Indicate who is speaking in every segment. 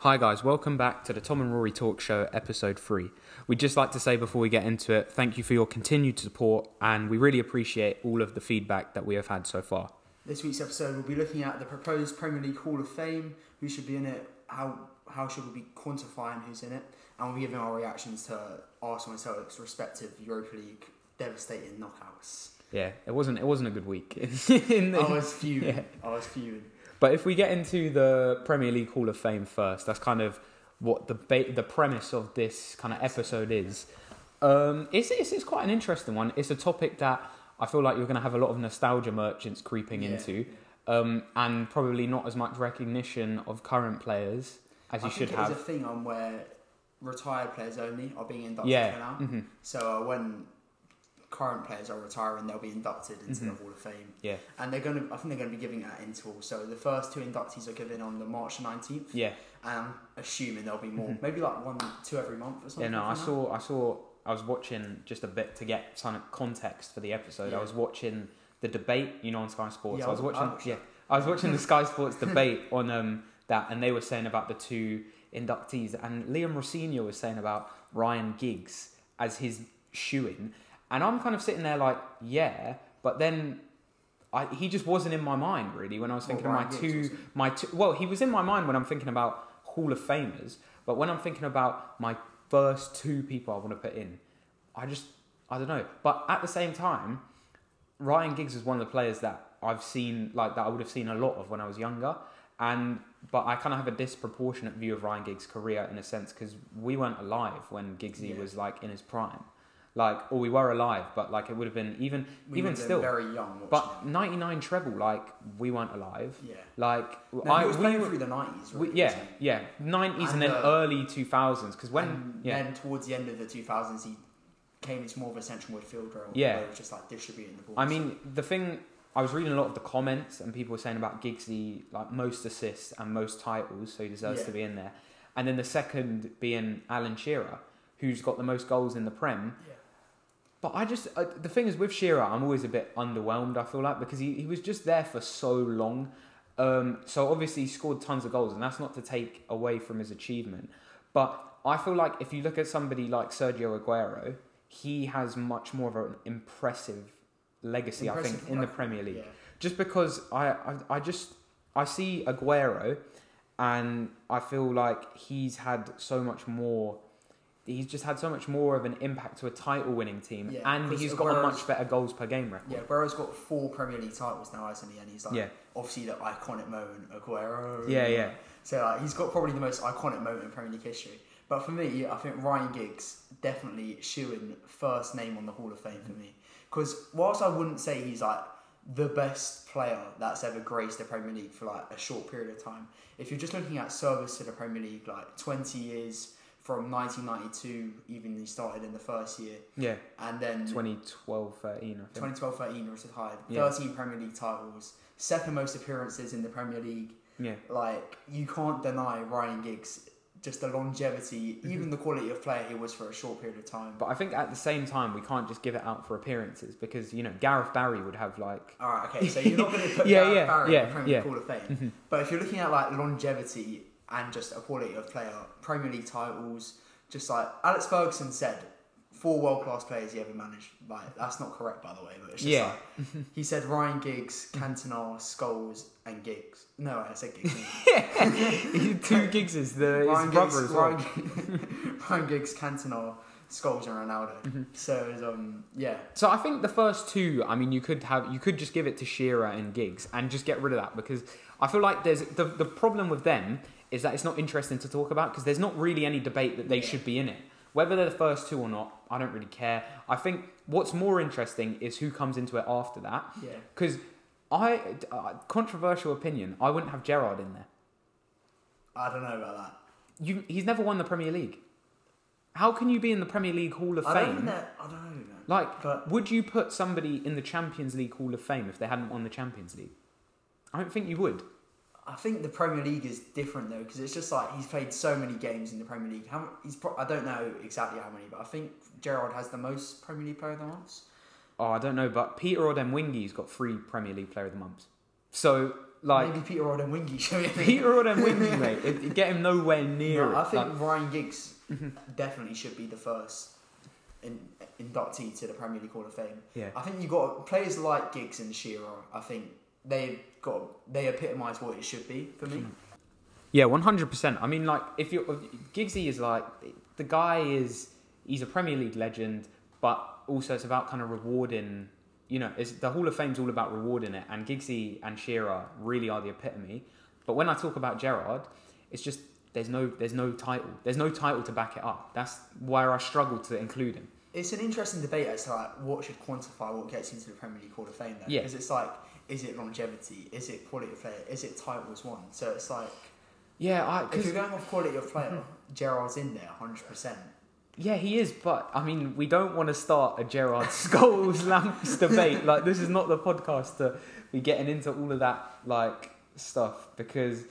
Speaker 1: Hi, guys. Welcome back to the Tom and Rory Talk Show, episode three. We'd just like to say before we get into it, thank you for your continued support, and we really appreciate all of the feedback that we have had so far.
Speaker 2: This week's episode, we'll be looking at the proposed Premier League Hall of Fame, who should be in it, how how should we be quantifying who's in it, and we'll be giving our reactions to Arsenal and Celtic's respective Europa League devastating knockouts.
Speaker 1: Yeah, it wasn't it wasn't a good week. In
Speaker 2: I
Speaker 1: the-
Speaker 2: was fuming.
Speaker 1: Yeah.
Speaker 2: I was fuming.
Speaker 1: But if we get into the Premier League Hall of Fame first, that's kind of what the ba- the premise of this kind of episode is. Um, it's, it's it's quite an interesting one. It's a topic that I feel like you're going to have a lot of nostalgia merchants creeping
Speaker 2: Yeah.
Speaker 1: into, um, and probably not as much recognition of current players as you
Speaker 2: I
Speaker 1: should
Speaker 2: think
Speaker 1: have.
Speaker 2: There's a thing on where retired players only are being inducted
Speaker 1: yeah,
Speaker 2: for now.
Speaker 1: mhm.
Speaker 2: So uh, when current players are retiring, they'll be inducted into the Hall of Fame.
Speaker 1: Mm-hmm. yeah,
Speaker 2: And they're gonna, I think they're gonna be giving that interval. So the first two inductees are given on the March 19th.
Speaker 1: yeah.
Speaker 2: And I'm assuming there'll be more, maybe like one, two every month or something.
Speaker 1: Mm-hmm. Yeah, no, I
Speaker 2: like that.
Speaker 1: saw, I saw, I was watching just a bit to get some context for the episode. I
Speaker 2: Yeah.
Speaker 1: was watching the debate, you know, on Sky Sports.
Speaker 2: Yeah,
Speaker 1: I was
Speaker 2: I- I
Speaker 1: watching,
Speaker 2: watched
Speaker 1: yeah, I was watching the Sky Sports debate on um that, and they were saying about the two inductees, and Liam Rossini was saying about Ryan Giggs as his shoeing, and I'm kind of sitting there like, yeah, but then. I, he just wasn't in my mind really when I was
Speaker 2: Well,
Speaker 1: thinking
Speaker 2: Ryan
Speaker 1: of my
Speaker 2: Giggs
Speaker 1: two
Speaker 2: wasn't.
Speaker 1: my two, well, he was in my mind when I'm thinking about Hall of Famers, but when I'm thinking about my first two people I want to put in, I just I don't know. But at the same time, Ryan Giggs is one of the players that I've seen like that I would have seen a lot of when I was younger, and but I kind of have a disproportionate view of Ryan Giggs' career in a sense because we weren't alive when Giggsy
Speaker 2: Yeah.
Speaker 1: was like in his prime, like or we were alive, but like it would have been even
Speaker 2: We
Speaker 1: even
Speaker 2: were
Speaker 1: still.
Speaker 2: very young. Watching
Speaker 1: But
Speaker 2: it.
Speaker 1: 99 treble, like we weren't alive.
Speaker 2: yeah,
Speaker 1: Like
Speaker 2: no,
Speaker 1: I,
Speaker 2: he was
Speaker 1: we
Speaker 2: playing
Speaker 1: were-
Speaker 2: through the 90s.
Speaker 1: we,
Speaker 2: Really,
Speaker 1: yeah,
Speaker 2: wasn't he?
Speaker 1: yeah, nineties and,
Speaker 2: And,
Speaker 1: then
Speaker 2: uh,
Speaker 1: early two thousands. Because when,
Speaker 2: And
Speaker 1: yeah,
Speaker 2: then towards the end of the 2000s, he came into more of a central midfielder. role,
Speaker 1: Yeah.
Speaker 2: where he was just like distributing the ball.
Speaker 1: I mean, the thing I was reading a lot of the comments and people were saying about Giggsy like most assists and most titles, so he deserves
Speaker 2: Yeah.
Speaker 1: to be in there. And then the second being Alan Shearer, who's got the most goals in the Prem.
Speaker 2: Yeah.
Speaker 1: But I just uh, the thing is with Shearer, I'm always a bit underwhelmed. I feel like because he, he was just there for so long. Um, so obviously he scored tons of goals, and that's not to take away from his achievement. But I feel like if you look at somebody like Sergio Aguero, he has much more of an impressive legacy, I
Speaker 2: Impressive
Speaker 1: think, in the
Speaker 2: record,
Speaker 1: Premier League.
Speaker 2: yeah.
Speaker 1: Just because I, I, I just I see Aguero, and I feel like he's had so much more. He's just had so much more of an impact to a title-winning team,
Speaker 2: Yeah,
Speaker 1: and
Speaker 2: because
Speaker 1: he's got a
Speaker 2: Aguero's-
Speaker 1: much better goals per game record.
Speaker 2: Yeah, Aguero's got four Premier League titles now, hasn't he? And he's like,
Speaker 1: Yeah.
Speaker 2: obviously the iconic moment, Aguero.
Speaker 1: Yeah, yeah.
Speaker 2: So like, he's got probably the most iconic moment in Premier League history. But for me, I think Ryan Giggs definitely shooing first name on the Hall of Fame for me. Because whilst I wouldn't say he's like the best player that's ever graced the Premier League for like a short period of time, if you're just looking at service to the Premier League, like 20 years from 1992, even he started in the first year,
Speaker 1: Yeah,
Speaker 2: and then
Speaker 1: 2012, 13, I think.
Speaker 2: 2012 13 retired,
Speaker 1: Yeah.
Speaker 2: 13 Premier League titles, second most appearances in the Premier League.
Speaker 1: Yeah,
Speaker 2: Like, you can't deny Ryan Giggs just the longevity,
Speaker 1: Mm-hmm.
Speaker 2: even the quality of player he was for a short period of time.
Speaker 1: but I think at the same time we can't just give it out for appearances because you know Gareth Barry would have like
Speaker 2: All right, okay, so you're not going to put
Speaker 1: Yeah,
Speaker 2: Gareth
Speaker 1: yeah,
Speaker 2: Barry in
Speaker 1: yeah,
Speaker 2: the Premier
Speaker 1: yeah. Mm-hmm.
Speaker 2: League Hall of Fame. But if you're looking at like longevity and just a quality of player, Premier League titles, just like Alex Ferguson said, four world class players he ever managed. Like that's not correct, by the way, but it's just
Speaker 1: Yeah.
Speaker 2: like he said Ryan Giggs, Cantona, Scholes, and Giggs. No, I said Giggs.
Speaker 1: two gigs is the his
Speaker 2: Ryan
Speaker 1: brother
Speaker 2: Giggs,
Speaker 1: as well.
Speaker 2: Ryan, Ryan Giggs, Cantona, Scholes, and Ronaldo.
Speaker 1: Mm-hmm.
Speaker 2: So it was, um, yeah,
Speaker 1: So I think the first two, I mean, you could have, you could just give it to Shearer and Giggs and just get rid of that because I feel like there's the, the problem with them is that it's not interesting to talk about because there's not really any debate that they
Speaker 2: Yeah.
Speaker 1: should be in it. Whether they're the first two or not, I don't really care. I think what's more interesting is who comes into it after that.
Speaker 2: yeah.
Speaker 1: Because I, uh, controversial opinion, I wouldn't have Gerard in there.
Speaker 2: I don't know about that.
Speaker 1: You, he's never won the Premier League. How can you be in the Premier League Hall of
Speaker 2: I don't think
Speaker 1: Fame?
Speaker 2: that. I don't know, man.
Speaker 1: Like,
Speaker 2: But-
Speaker 1: would you put somebody in the Champions League Hall of Fame if they hadn't won the Champions League? I don't think you would.
Speaker 2: I think the Premier League is different though because it's just like he's played so many games in the Premier League. How mu- he's pro- I don't know exactly how many, but I think Gerard has the most Premier League player than once.
Speaker 1: Oh, I don't know, but Peter Odemwingi's got three Premier League Player of the Months. So Like
Speaker 2: Maybe Peter Rod and Wingy show you.
Speaker 1: Peter Rod and Wingy, mate. It, it get him nowhere near
Speaker 2: No, I
Speaker 1: it.
Speaker 2: think
Speaker 1: Like, Mm-hmm.
Speaker 2: Ryan Giggs definitely should be the first in, inductee to the Premier League Hall of Fame.
Speaker 1: yeah.
Speaker 2: I think you got players like Giggs and Shearer. I think they got they epitomise what it should be for
Speaker 1: Mm-hmm.
Speaker 2: me.
Speaker 1: Yeah, one hundred percent. I mean, like if you are Giggsy is like the guy is he's a Premier League legend, but also it's about kind of rewarding. You know, it's, the Hall of Fame's all about rewarding it, and Giggsy and Shearer really are the epitome. But when I talk about Gerard, it's just there's no there's no title, there's no title to back it up. That's where I struggle to include him.
Speaker 2: It's an interesting debate as to like what should quantify what gets into the Premier League Hall of Fame. Though,
Speaker 1: Yeah.
Speaker 2: because it's like, is it longevity? Is it quality of player? Is it titles won? So it's like,
Speaker 1: Yeah, I
Speaker 2: if
Speaker 1: because
Speaker 2: you're going off quality of player,
Speaker 1: Mm-hmm.
Speaker 2: Gerard's in there, hundred percent.
Speaker 1: Yeah, he is, but I mean, we don't want to start a Gerard Scholes lamps debate. Like, this is not the podcast to be getting into all of that like stuff because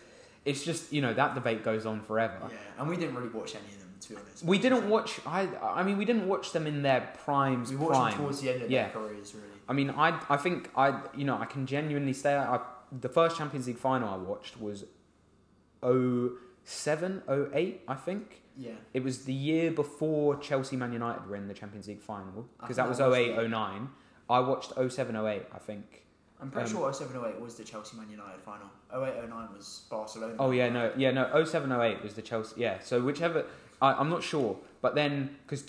Speaker 1: it's just you know that debate goes on forever.
Speaker 2: Yeah, and we didn't really watch any of them to be honest.
Speaker 1: We didn't watch. I I mean, we didn't watch them in their primes.
Speaker 2: We watched
Speaker 1: prime.
Speaker 2: them towards the end of
Speaker 1: Yeah.
Speaker 2: their careers, really.
Speaker 1: I mean, I I think I you know I can genuinely say I the first Champions League final I watched was 07, 08, I think.
Speaker 2: Yeah.
Speaker 1: It was the year before Chelsea Man United were in the Champions League final
Speaker 2: I
Speaker 1: because
Speaker 2: think
Speaker 1: that was
Speaker 2: Oh, that was
Speaker 1: 08 09. I watched 07 08, I think.
Speaker 2: I'm pretty
Speaker 1: Um,
Speaker 2: sure 07 08 was the Chelsea Man United final. 08 09 was Barcelona.
Speaker 1: Oh, yeah, no, yeah, no, 07 08 was the Chelsea, yeah. So, whichever, I, I'm not sure, but then because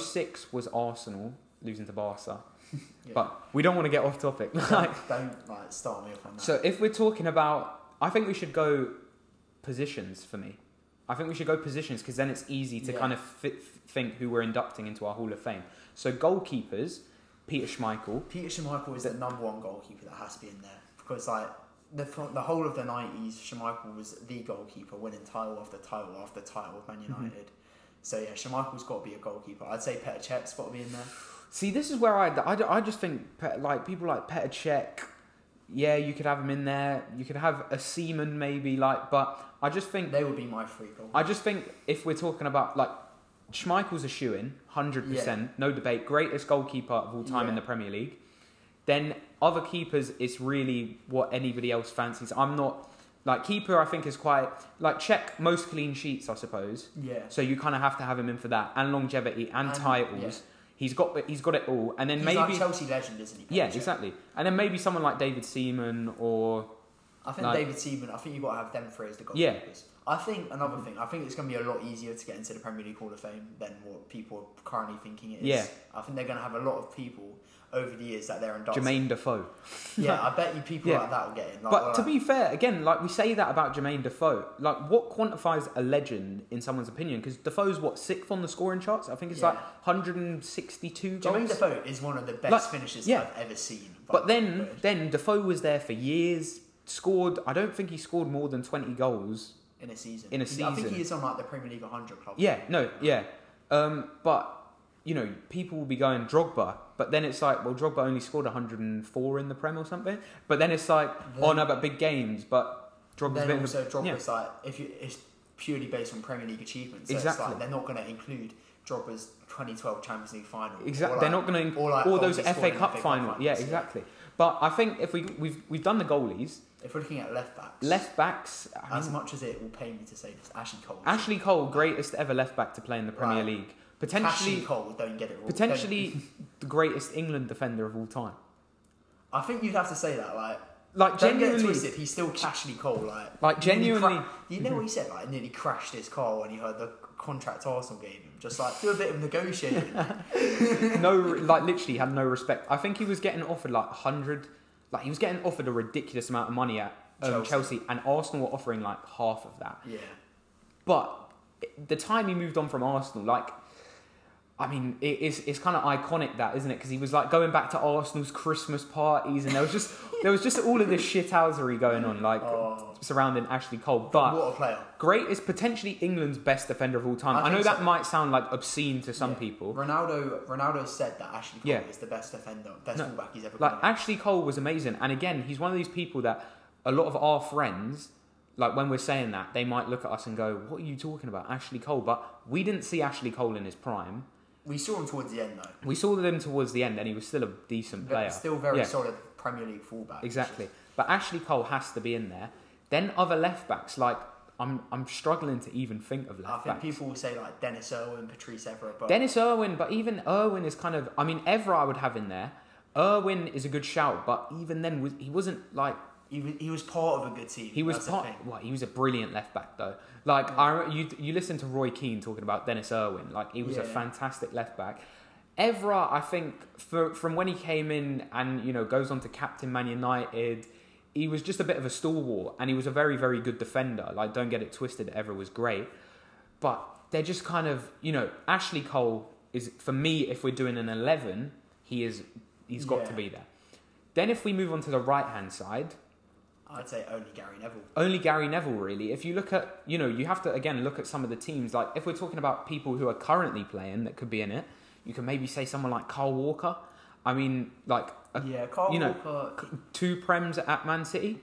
Speaker 1: 06 was Arsenal losing to Barca,
Speaker 2: Yeah.
Speaker 1: but we don't want to get off topic. Like,
Speaker 2: don't, don't like start me off on that.
Speaker 1: so, if we're talking about, I think we should go positions for me. I think we should go positions because then it's easy to
Speaker 2: Yeah.
Speaker 1: kind of fit, think who we're inducting into our Hall of Fame. So, goalkeepers, Peter Schmeichel.
Speaker 2: Peter Schmeichel is the number one goalkeeper that has to be in there because like the fr- the whole of the 90s, Schmeichel was the goalkeeper, winning title after title after title with Man
Speaker 1: Mhm.
Speaker 2: United. So yeah, Schmeichel's got to be a goalkeeper. I'd say Petr Cech's got to be in there.
Speaker 1: See, this is where I, I, I just think pe- like people like Petr Cech, yeah, you could have him in there. You could have a Seaman maybe, like, but I just think
Speaker 2: They would be my three goal.
Speaker 1: I just think if we're talking about like Schmeichel's a shoe in, hundred percent, no debate, greatest goalkeeper of all time in
Speaker 2: Yeah.
Speaker 1: the Premier League. Then other keepers, it's really what anybody else fancies. I'm not like keeper. I think is quite like check most clean sheets, I suppose.
Speaker 2: Yeah.
Speaker 1: So you kind of have to have him in for that and longevity and,
Speaker 2: And-
Speaker 1: titles.
Speaker 2: Um, yeah.
Speaker 1: He's got he's got it all, and then
Speaker 2: He's
Speaker 1: maybe
Speaker 2: like Chelsea legend, isn't he? Petr
Speaker 1: yeah,
Speaker 2: Cech?
Speaker 1: exactly. And then maybe someone like David Seaman or
Speaker 2: I think
Speaker 1: Like-
Speaker 2: David Seaman. I think you've got to have them three as the goalkeepers.
Speaker 1: Yeah.
Speaker 2: I think another thing. I think it's going to be a lot easier to get into the Premier League Hall of Fame than what people are currently thinking it is.
Speaker 1: Yeah.
Speaker 2: I think they're going to have a lot of people over the years that they're inducted.
Speaker 1: Jermaine Defoe.
Speaker 2: Yeah, I bet you people
Speaker 1: Yeah.
Speaker 2: like that will get in. Like,
Speaker 1: But to
Speaker 2: like-
Speaker 1: be fair, again, like we say that about Jermaine Defoe, like what quantifies a legend in someone's opinion? Because Defoe's what sixth on the scoring charts. I think it's
Speaker 2: Yeah.
Speaker 1: like 162
Speaker 2: Jermaine
Speaker 1: goals.
Speaker 2: Defoe is one of the best
Speaker 1: Like,
Speaker 2: finishers
Speaker 1: yeah.
Speaker 2: I've ever seen.
Speaker 1: but then,
Speaker 2: but
Speaker 1: then Defoe was there for years. Scored. I don't think he scored more than 20 goals.
Speaker 2: in a season,
Speaker 1: in a
Speaker 2: I think
Speaker 1: season-
Speaker 2: he is on like the Premier League 100 club.
Speaker 1: Yeah. No. Yeah. Um, but you know, people will be going Drogba. But then it's like, well, Drogba only scored 104 in the Prem or something. But then it's like, oh
Speaker 2: Then-
Speaker 1: no, but big games. But Drogba's a bit
Speaker 2: then
Speaker 1: of a-
Speaker 2: also
Speaker 1: yeah.
Speaker 2: Drogba's like if you it's purely based on Premier League achievements. So It's
Speaker 1: Exactly.
Speaker 2: like they're not going to include Drogba's 2012 Champions League final.
Speaker 1: Exactly.
Speaker 2: Or,
Speaker 1: They're
Speaker 2: like-
Speaker 1: not going to
Speaker 2: or, like,
Speaker 1: all those
Speaker 2: goals he
Speaker 1: FA
Speaker 2: scored in
Speaker 1: Cup,
Speaker 2: the FA Cup
Speaker 1: final.
Speaker 2: finals,
Speaker 1: Yeah,
Speaker 2: yeah.
Speaker 1: exactly. But I think if we we've we've done the goalies,
Speaker 2: If we're looking at left backs,
Speaker 1: left backs. I
Speaker 2: as
Speaker 1: mean,
Speaker 2: much as it will pay me to say this, Ashley Cole.
Speaker 1: Ashley Cole, greatest ever left back to play in the Premier
Speaker 2: Right.
Speaker 1: League,
Speaker 2: Ashley
Speaker 1: potentially
Speaker 2: Cole don't get it. All.
Speaker 1: potentially the greatest England defender of all time.
Speaker 2: Don't- I think you'd have to say that. Like,
Speaker 1: Like
Speaker 2: don't get it
Speaker 1: genuinely,
Speaker 2: twisted. He's still Ashley Cole. Like,
Speaker 1: like
Speaker 2: nearly
Speaker 1: genuinely.
Speaker 2: cra- you know what he said? Like, nearly crashed his car when he heard the contract Arsenal gave him. Just like do a bit of negotiating.
Speaker 1: no, like literally had no respect. I think he was getting offered like hundred, like he was getting offered a ridiculous amount of money at um,
Speaker 2: Chelsea.
Speaker 1: Chelsea, and Arsenal were offering like half of that.
Speaker 2: yeah.
Speaker 1: But the time he moved on from Arsenal, like, I mean, it, it's it's kind of iconic that, isn't it? Because he was like going back to Arsenal's Christmas parties, and there was just there was just all of this shithousery going on, like
Speaker 2: Oh.
Speaker 1: surrounding Ashley Cole. But
Speaker 2: what a player.
Speaker 1: great is potentially England's best defender of all time.
Speaker 2: I
Speaker 1: I, know
Speaker 2: think
Speaker 1: that
Speaker 2: so.
Speaker 1: might sound like obscene to some
Speaker 2: Yeah.
Speaker 1: people.
Speaker 2: Ronaldo Ronaldo said that Ashley Cole
Speaker 1: Yeah.
Speaker 2: is the best defender, best
Speaker 1: No,
Speaker 2: fullback he's ever
Speaker 1: Like
Speaker 2: played.
Speaker 1: Ashley Cole was amazing, and again, he's one of these people that a lot of our friends. Like when we're saying that, they might look at us and go, "What are you talking about, Ashley Cole?" But we didn't see Ashley Cole in his prime.
Speaker 2: we saw him towards the end though.
Speaker 1: We saw them towards the end, and he was still a decent
Speaker 2: But
Speaker 1: player.
Speaker 2: Still very
Speaker 1: Yeah.
Speaker 2: solid Premier League fullback.
Speaker 1: Exactly. But Ashley Cole has to be in there. Then other left backs, like I'm, I'm struggling to even think of
Speaker 2: I
Speaker 1: left
Speaker 2: think
Speaker 1: backs.
Speaker 2: people will say like Dennis Irwin, Patrice Evra, but
Speaker 1: Dennis Irwin, but even Irwin is kind of. I mean, Evra I would have in there. Irwin is a good shout, but even then, was, he wasn't like
Speaker 2: he, was, he was part of a good team.
Speaker 1: He was
Speaker 2: that's the
Speaker 1: part,
Speaker 2: thing.
Speaker 1: well, he was a brilliant left back though. Like I, you, you listen to Roy Keane talking about Dennis Irwin. Like he was a
Speaker 2: Yeah.
Speaker 1: fantastic left back. Evra, I think, for, from when he came in and you know goes on to captain Man United, he was just a bit of a stalwart and he was a very very good defender. Like don't get it twisted, Evra was great, but they're just kind of you know Ashley Cole is for me if we're doing an eleven, he is he's got to
Speaker 2: Yeah.
Speaker 1: be there. Then if we move on to the right hand side,
Speaker 2: I'd say only Gary Neville.
Speaker 1: only Gary Neville really. If you look at, you know, you have to again look at some of the teams. Like if we're talking about people who are currently playing that could be in it, you can maybe say someone like Carl Walker. I mean, like a,
Speaker 2: yeah, Carl
Speaker 1: Uh, you know,
Speaker 2: Walker,
Speaker 1: two prems at Man City,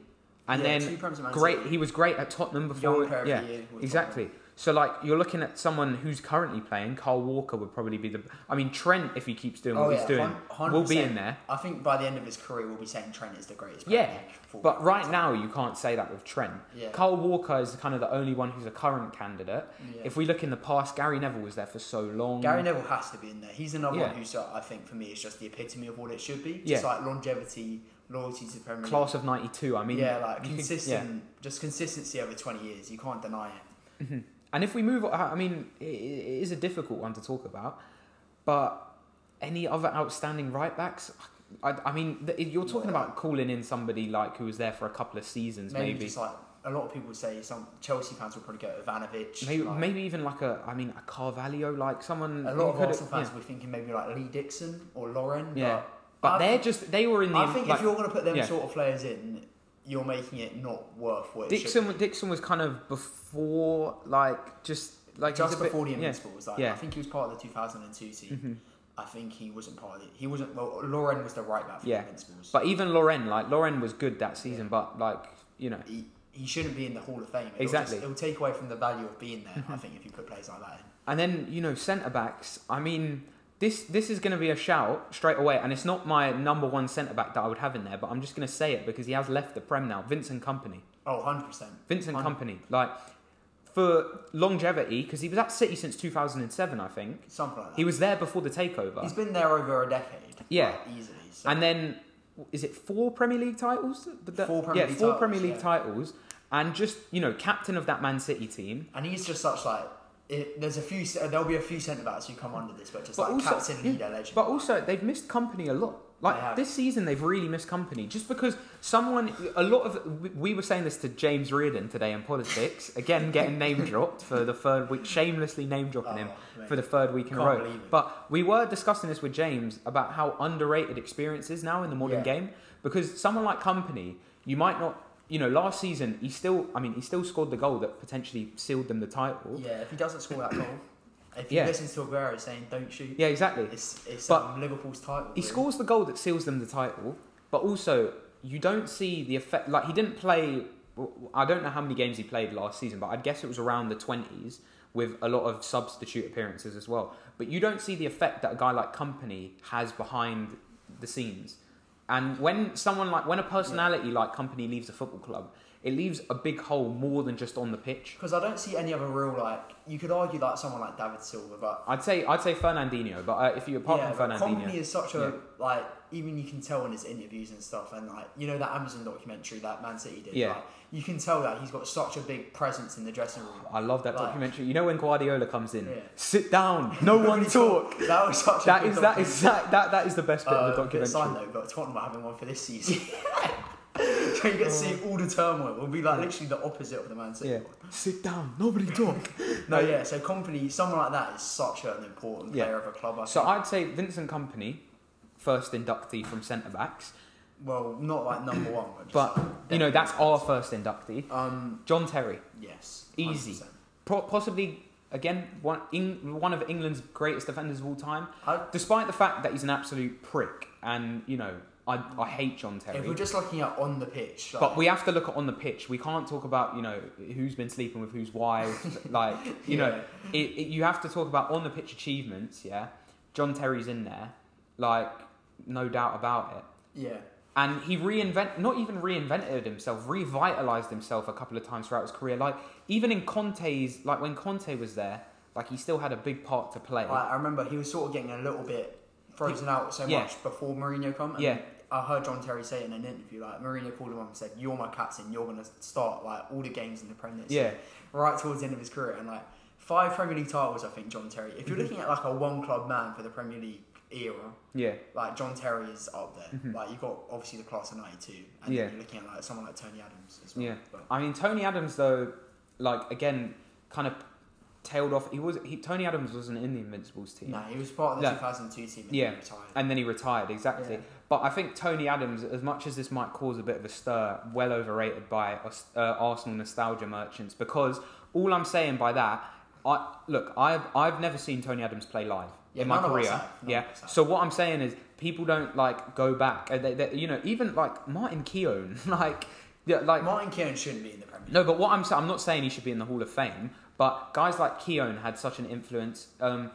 Speaker 1: and
Speaker 2: yeah,
Speaker 1: then
Speaker 2: two Prem Man
Speaker 1: great.
Speaker 2: City,
Speaker 1: He was great at Tottenham
Speaker 2: young
Speaker 1: before.
Speaker 2: player of the
Speaker 1: yeah,
Speaker 2: year with Tottenham.
Speaker 1: exactly. So like you're looking at someone who's currently playing. Carl Walker would probably be the. I mean, Trent if he keeps doing what
Speaker 2: Oh,
Speaker 1: he's
Speaker 2: yeah,
Speaker 1: doing,
Speaker 2: hun-
Speaker 1: will be
Speaker 2: 100%.
Speaker 1: in there.
Speaker 2: I think by the end of his career, we'll be saying Trent is the greatest.
Speaker 1: Yeah,
Speaker 2: player in football.
Speaker 1: But right now, you can't say that with Trent.
Speaker 2: Yeah.
Speaker 1: Carl Walker is kind of the only one who's a current candidate.
Speaker 2: Yeah.
Speaker 1: If we look in the past, Gary Neville was there for so long.
Speaker 2: Gary Neville has to be in there. He's another
Speaker 1: Yeah.
Speaker 2: one who's, uh, I think, for me, is just the epitome of what it should be.
Speaker 1: Yeah.
Speaker 2: Just like longevity, loyalty to the Premier League.
Speaker 1: class of '92. I mean,
Speaker 2: yeah, like
Speaker 1: you could-
Speaker 2: consistent,
Speaker 1: yeah.
Speaker 2: just consistency over 20 years. You can't deny it.
Speaker 1: And if we move, on- I mean, it, it is a difficult one to talk about. But any other outstanding right backs? I, I mean, th- you're talking
Speaker 2: Yeah.
Speaker 1: about calling in somebody like who was there for a couple of seasons,
Speaker 2: Maybe,
Speaker 1: maybe.
Speaker 2: just like a lot of people say, some Chelsea fans will probably go Ivanovic.
Speaker 1: Maybe,
Speaker 2: like,
Speaker 1: maybe even like a, I mean, a Carvalho, like someone.
Speaker 2: a
Speaker 1: who
Speaker 2: lot of
Speaker 1: Mm, could-
Speaker 2: Arsenal
Speaker 1: yeah.
Speaker 2: fans were thinking maybe like Lee Dixon or Lauren.
Speaker 1: Yeah.
Speaker 2: but
Speaker 1: But
Speaker 2: I
Speaker 1: they're
Speaker 2: think-
Speaker 1: just they were in the.
Speaker 2: I think
Speaker 1: like-
Speaker 2: if you're going to put them
Speaker 1: yeah.
Speaker 2: sort of players in, you're making it not worth what it should
Speaker 1: Dixon Dixon was kind of before like just like
Speaker 2: be. Just
Speaker 1: he's a bit-
Speaker 2: before Mm-hmm. the
Speaker 1: yeah.
Speaker 2: Invincibles, like,
Speaker 1: yeah.
Speaker 2: I think he was part of the 2002 team.
Speaker 1: Mhm.
Speaker 2: I think he wasn't part of it. He wasn't. Well, Lauren was the right back for
Speaker 1: Yeah.
Speaker 2: the Invincibles.
Speaker 1: But even Loren, like Loren was good that season, but like you know,
Speaker 2: he, he shouldn't be in the Hall of Fame. It'll
Speaker 1: Exactly. Mm-hmm.
Speaker 2: Just, it'll take away from the value of being there. I think if you put players like that in.
Speaker 1: and then you know centre backs. I mean, this this is going to be a shout straight away, and it's not my number one centre back that I would have in there, but I'm just going to say it because he has left the Prem now. Vincent Company,
Speaker 2: Oh, 100 percent.
Speaker 1: Vincent
Speaker 2: Fine.
Speaker 1: Company, like for longevity because he was at City since 2007, I think.
Speaker 2: Something like that.
Speaker 1: He was there before the takeover.
Speaker 2: He's been there over a decade.
Speaker 1: Yeah.
Speaker 2: like, easily. So.
Speaker 1: And then, is it four Premier League titles? But that-
Speaker 2: Four Premier
Speaker 1: yeah,
Speaker 2: League
Speaker 1: four
Speaker 2: titles,
Speaker 1: Premier League
Speaker 2: yeah.
Speaker 1: titles, and just you know, captain of that Man City team.
Speaker 2: And he's just such like. It, there's a few. There'll be a few centre backs who come under this, but just
Speaker 1: But
Speaker 2: like
Speaker 1: also-
Speaker 2: captain,
Speaker 1: yeah,
Speaker 2: leader, legend.
Speaker 1: But also, they've missed company a lot.
Speaker 2: They
Speaker 1: Like
Speaker 2: have.
Speaker 1: this season, they've really missed company just because someone, a lot of, we- we were saying this to James Reardon today in politics, again getting name dropped for the third week, shamelessly name dropping him
Speaker 2: Oh, mate.
Speaker 1: for the third week in a
Speaker 2: Can't
Speaker 1: row.
Speaker 2: believe it.
Speaker 1: But we were discussing this with James about how underrated experience is now in the modern
Speaker 2: Yeah.
Speaker 1: game because someone like Company, you might not, you know, last season he still, I mean, he still scored the goal that potentially sealed them the title. Yeah,
Speaker 2: yeah, if he doesn't score that goal, if you
Speaker 1: Yeah.
Speaker 2: listen to Aguero saying "don't shoot,"
Speaker 1: exactly.
Speaker 2: it's it's
Speaker 1: But
Speaker 2: um, Liverpool's title.
Speaker 1: He
Speaker 2: really.
Speaker 1: scores the goal that seals them the title, but also you don't see the effect. Like he didn't play. I don't know how many games he played last season, but I'd guess it was around the twenties with a lot of substitute appearances as well. But you don't see the effect that a guy like Company has behind the scenes. And when someone like when a personality like Company leaves a football club, it leaves a big hole more than just on the pitch.
Speaker 2: because I don't see any other real like. You could argue like someone like David Silva, but
Speaker 1: I'd say I'd say Fernandinho, but uh, if you apart from
Speaker 2: but
Speaker 1: Fernandinho,
Speaker 2: Company is such a like even you can tell in his interviews and stuff, and like you know that Amazon documentary that Man City did.
Speaker 1: Yeah.
Speaker 2: like, you can tell that he's got such a big presence in the dressing room.
Speaker 1: I love that
Speaker 2: Like-
Speaker 1: documentary. You know when Guardiola comes in,
Speaker 2: Yeah.
Speaker 1: sit down, no one talk.
Speaker 2: That was such. a
Speaker 1: That
Speaker 2: good
Speaker 1: is that
Speaker 2: documentary.
Speaker 1: is that, that that is the best bit
Speaker 2: Uh,
Speaker 1: of the
Speaker 2: bit of side
Speaker 1: documentary.
Speaker 2: note, but Tottenham are having one for this season. so you get to see all the turmoil. It'll be like literally the opposite of the Man City.
Speaker 1: Oh. Yeah,
Speaker 2: one.
Speaker 1: sit down, nobody talk.
Speaker 2: No,
Speaker 1: no,
Speaker 2: yeah. So company, someone like that is such an important
Speaker 1: Yeah.
Speaker 2: player of a club. I
Speaker 1: So
Speaker 2: think.
Speaker 1: I'd say Vincent Company, first inductee from centre backs,
Speaker 2: well, not like number one, but, just
Speaker 1: but
Speaker 2: like,
Speaker 1: you know
Speaker 2: definitely.
Speaker 1: that's our first inductee.
Speaker 2: um
Speaker 1: John Terry,
Speaker 2: yes,
Speaker 1: Easy.
Speaker 2: 100%.
Speaker 1: pro- possibly again one Eng- one of England's greatest defenders of all time,
Speaker 2: I,
Speaker 1: despite the fact that he's an absolute prick. And you know I I hate John Terry.
Speaker 2: If we're just looking at on the pitch, like,
Speaker 1: But we have to look at on the pitch. We can't talk about you know who's been sleeping with whose wife. like you know, it, it, you have to talk about on the pitch achievements. Yeah, John Terry's in there, like no doubt about it.
Speaker 2: yeah,
Speaker 1: And he reinvent, not even reinvented himself, revitalized himself a couple of times throughout his career. Like even in Conte's, like when Conte was there, like he still had a big part to play.
Speaker 2: I, I remember he was sort of getting a little bit frozen out so
Speaker 1: Yeah.
Speaker 2: much before Mourinho come. And
Speaker 1: Yeah.
Speaker 2: I heard John Terry say in an interview like Mourinho called him up and said, "You're my captain. You're going to start like all the games in the Premier League."
Speaker 1: Yeah.
Speaker 2: Right towards the end of his career, and like five Premier League titles, I think John Terry. If you're
Speaker 1: Mm-hmm.
Speaker 2: looking at like a one club man for the Premier League era,
Speaker 1: Yeah,
Speaker 2: like John Terry is up there. Like you've got obviously the class of '92, and
Speaker 1: Mm-hmm. Yeah.
Speaker 2: then you're looking at like someone like Tony Adams as well.
Speaker 1: yeah.
Speaker 2: But
Speaker 1: I mean, Tony Adams though, like again, kind of tailed off. He was he, Tony Adams wasn't in the Invincibles team.
Speaker 2: no, he was part of the
Speaker 1: No.
Speaker 2: 2002 team. And
Speaker 1: Yeah.
Speaker 2: he retired.
Speaker 1: And then he retired, exactly.
Speaker 2: Yeah.
Speaker 1: But I think Tony Adams, as much as this might cause a bit of a stir, well overrated by us- uh, Arsenal nostalgia merchants because all I'm saying by that, I look, I've I've never seen Tony Adams play live
Speaker 2: Yeah,
Speaker 1: in my
Speaker 2: none of us
Speaker 1: career.
Speaker 2: have, none
Speaker 1: yeah.
Speaker 2: of us have.
Speaker 1: So what I'm saying is people don't like go back. Uh, They, they, you know, even like Martin Keown, like yeah, like
Speaker 2: Martin Keown shouldn't be in the Premier League.
Speaker 1: no, but what I'm saying, I'm not saying he should be in the Hall of Fame, but guys like Keown had such an influence. Um,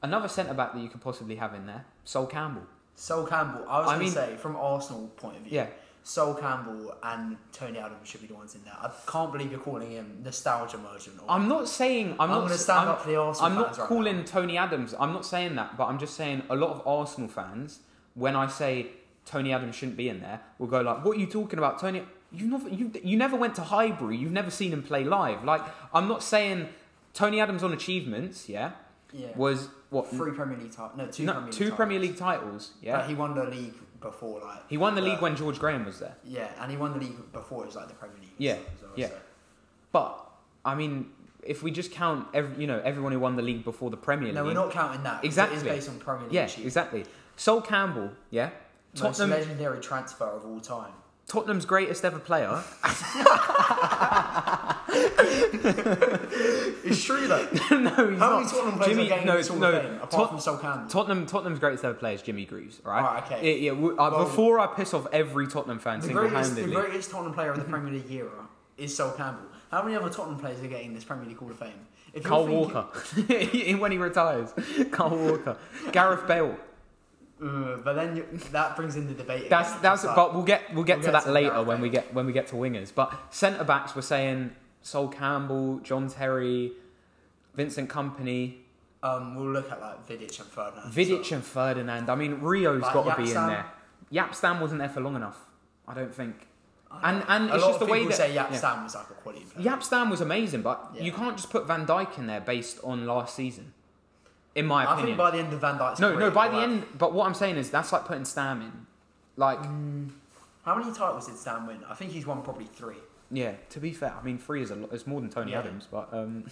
Speaker 1: another centre back that you could possibly have in there, Sol Campbell.
Speaker 2: Sol Campbell, I was
Speaker 1: I
Speaker 2: going
Speaker 1: mean-
Speaker 2: to say, from Arsenal point of view,
Speaker 1: Yeah.
Speaker 2: Sol Campbell and Tony Adams should be the ones in there. I can't believe you're calling him nostalgia merchant. Or,
Speaker 1: I'm not saying I'm,
Speaker 2: I'm
Speaker 1: not
Speaker 2: gonna
Speaker 1: s-
Speaker 2: stand
Speaker 1: I'm,
Speaker 2: up for the Arsenal
Speaker 1: I'm not
Speaker 2: fans right
Speaker 1: calling Tony Adams. I'm not saying that, but I'm just saying a lot of Arsenal fans, when I say Tony Adams shouldn't be in there, will go like, "What are you talking about, Tony? You never you you never went to Highbury. You've never seen him play live. Like I'm not saying Tony Adams on achievements. Yeah,
Speaker 2: yeah.
Speaker 1: was what
Speaker 2: Three Premier League titles. No, two
Speaker 1: no,
Speaker 2: Premier League
Speaker 1: two
Speaker 2: titles.
Speaker 1: Premier League titles. Yeah,
Speaker 2: Like, he won the league before, like.
Speaker 1: he won the league
Speaker 2: uh,
Speaker 1: when George Graham was there.
Speaker 2: Yeah, and he won the league before it was like the Premier League. and
Speaker 1: Yeah,
Speaker 2: stuff as well,
Speaker 1: yeah.
Speaker 2: so.
Speaker 1: But I mean, if we just count, every, you know, everyone who won the league before the Premier
Speaker 2: No,
Speaker 1: League,
Speaker 2: we're not counting that. 'cause
Speaker 1: Exactly.
Speaker 2: It is based on Premier League
Speaker 1: Yeah,
Speaker 2: achievements.
Speaker 1: exactly. Sol Campbell, yeah.
Speaker 2: Most
Speaker 1: Tottenham,
Speaker 2: legendary transfer of all time.
Speaker 1: Tottenham's greatest ever player.
Speaker 2: It's true though.
Speaker 1: no, he's
Speaker 2: How
Speaker 1: not.
Speaker 2: many Tottenham players
Speaker 1: Jimmy,
Speaker 2: are getting
Speaker 1: no,
Speaker 2: this all
Speaker 1: no.
Speaker 2: fame, apart
Speaker 1: Tot-
Speaker 2: from Sol Campbell?
Speaker 1: Tottenham, Tottenham's greatest ever player is Jimmy Greaves, all right?
Speaker 2: Alright, okay.
Speaker 1: Yeah, yeah, we- uh,
Speaker 2: Well-
Speaker 1: before I piss off every Tottenham fan
Speaker 2: The
Speaker 1: single
Speaker 2: greatest, the
Speaker 1: handedly.
Speaker 2: greatest Tottenham player of the Premier League era is Sol Campbell. How many other Tottenham players are getting this Premier League Hall of Fame? If you're
Speaker 1: Carl
Speaker 2: thinking-
Speaker 1: Walker. when he retires. Carl Walker. Gareth Bale.
Speaker 2: Uh, but then you, that brings in the debate.
Speaker 1: That's
Speaker 2: again.
Speaker 1: that's
Speaker 2: It's like,
Speaker 1: but we'll get we'll get
Speaker 2: We'll
Speaker 1: to
Speaker 2: get
Speaker 1: that
Speaker 2: to
Speaker 1: later
Speaker 2: Gareth
Speaker 1: when we
Speaker 2: Bale.
Speaker 1: get when we get to wingers. But centre backs we're saying Sol Campbell, John Terry, Vincent Company,
Speaker 2: um, we'll look at like Vidic and Ferdinand.
Speaker 1: Vidic
Speaker 2: So.
Speaker 1: and Ferdinand. I mean, Rio's
Speaker 2: Like
Speaker 1: got to be in
Speaker 2: Yapstam.
Speaker 1: there. Yapstam wasn't there for long enough, I don't think.
Speaker 2: I
Speaker 1: And and
Speaker 2: a
Speaker 1: it's
Speaker 2: lot
Speaker 1: just
Speaker 2: of
Speaker 1: the way
Speaker 2: people
Speaker 1: that
Speaker 2: say Yap
Speaker 1: yeah.
Speaker 2: Stam was like a quality player.
Speaker 1: Yapstam was amazing, but
Speaker 2: Yeah.
Speaker 1: you can't just put Van Dyke in there based on last season, in my
Speaker 2: I
Speaker 1: opinion.
Speaker 2: think by the end of Van Dijk's
Speaker 1: no,
Speaker 2: career,
Speaker 1: no. By the
Speaker 2: like,
Speaker 1: end, but what I'm saying is that's like putting Stam in. Like,
Speaker 2: Mm. how many titles did Stam win? I think he's won probably three.
Speaker 1: yeah. To be fair, I mean, three is a lot. It's more than Tony
Speaker 2: Yeah.
Speaker 1: Adams, but um,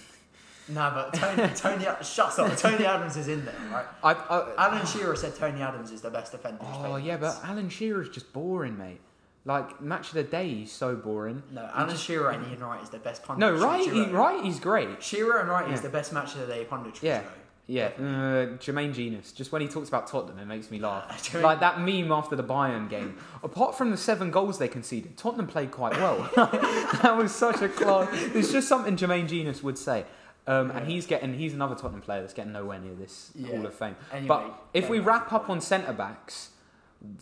Speaker 2: Nah, but Tony, Tony, shut up. Tony Adams is in there, right?
Speaker 1: I. I
Speaker 2: Alan Shearer said Tony Adams is the best defender. who's
Speaker 1: oh
Speaker 2: played
Speaker 1: yeah,
Speaker 2: against.
Speaker 1: but Alan Shearer is just boring, mate. Like match of the day, he's so boring.
Speaker 2: no, Alan Shearer and Ian Wright is the best punter.
Speaker 1: No, right, he,
Speaker 2: duo.
Speaker 1: right, he's great.
Speaker 2: Shearer and Wright
Speaker 1: Yeah.
Speaker 2: is the best match of the day punditry.
Speaker 1: Yeah.
Speaker 2: duo.
Speaker 1: Yeah, uh, Jermaine Genius. Just when he talks about Tottenham, it makes me laugh.
Speaker 2: Jermaine-
Speaker 1: like that meme after the Bayern game. Apart from the seven goals they conceded, Tottenham played quite well. that was such a class. It's just something Jermaine Genius would say. Um, And
Speaker 2: Yeah.
Speaker 1: he's getting he's another Tottenham player that's getting nowhere near this
Speaker 2: Yeah.
Speaker 1: Hall of Fame.
Speaker 2: Anyway,
Speaker 1: but if we
Speaker 2: going back
Speaker 1: wrap
Speaker 2: to
Speaker 1: up
Speaker 2: the
Speaker 1: on centre backs,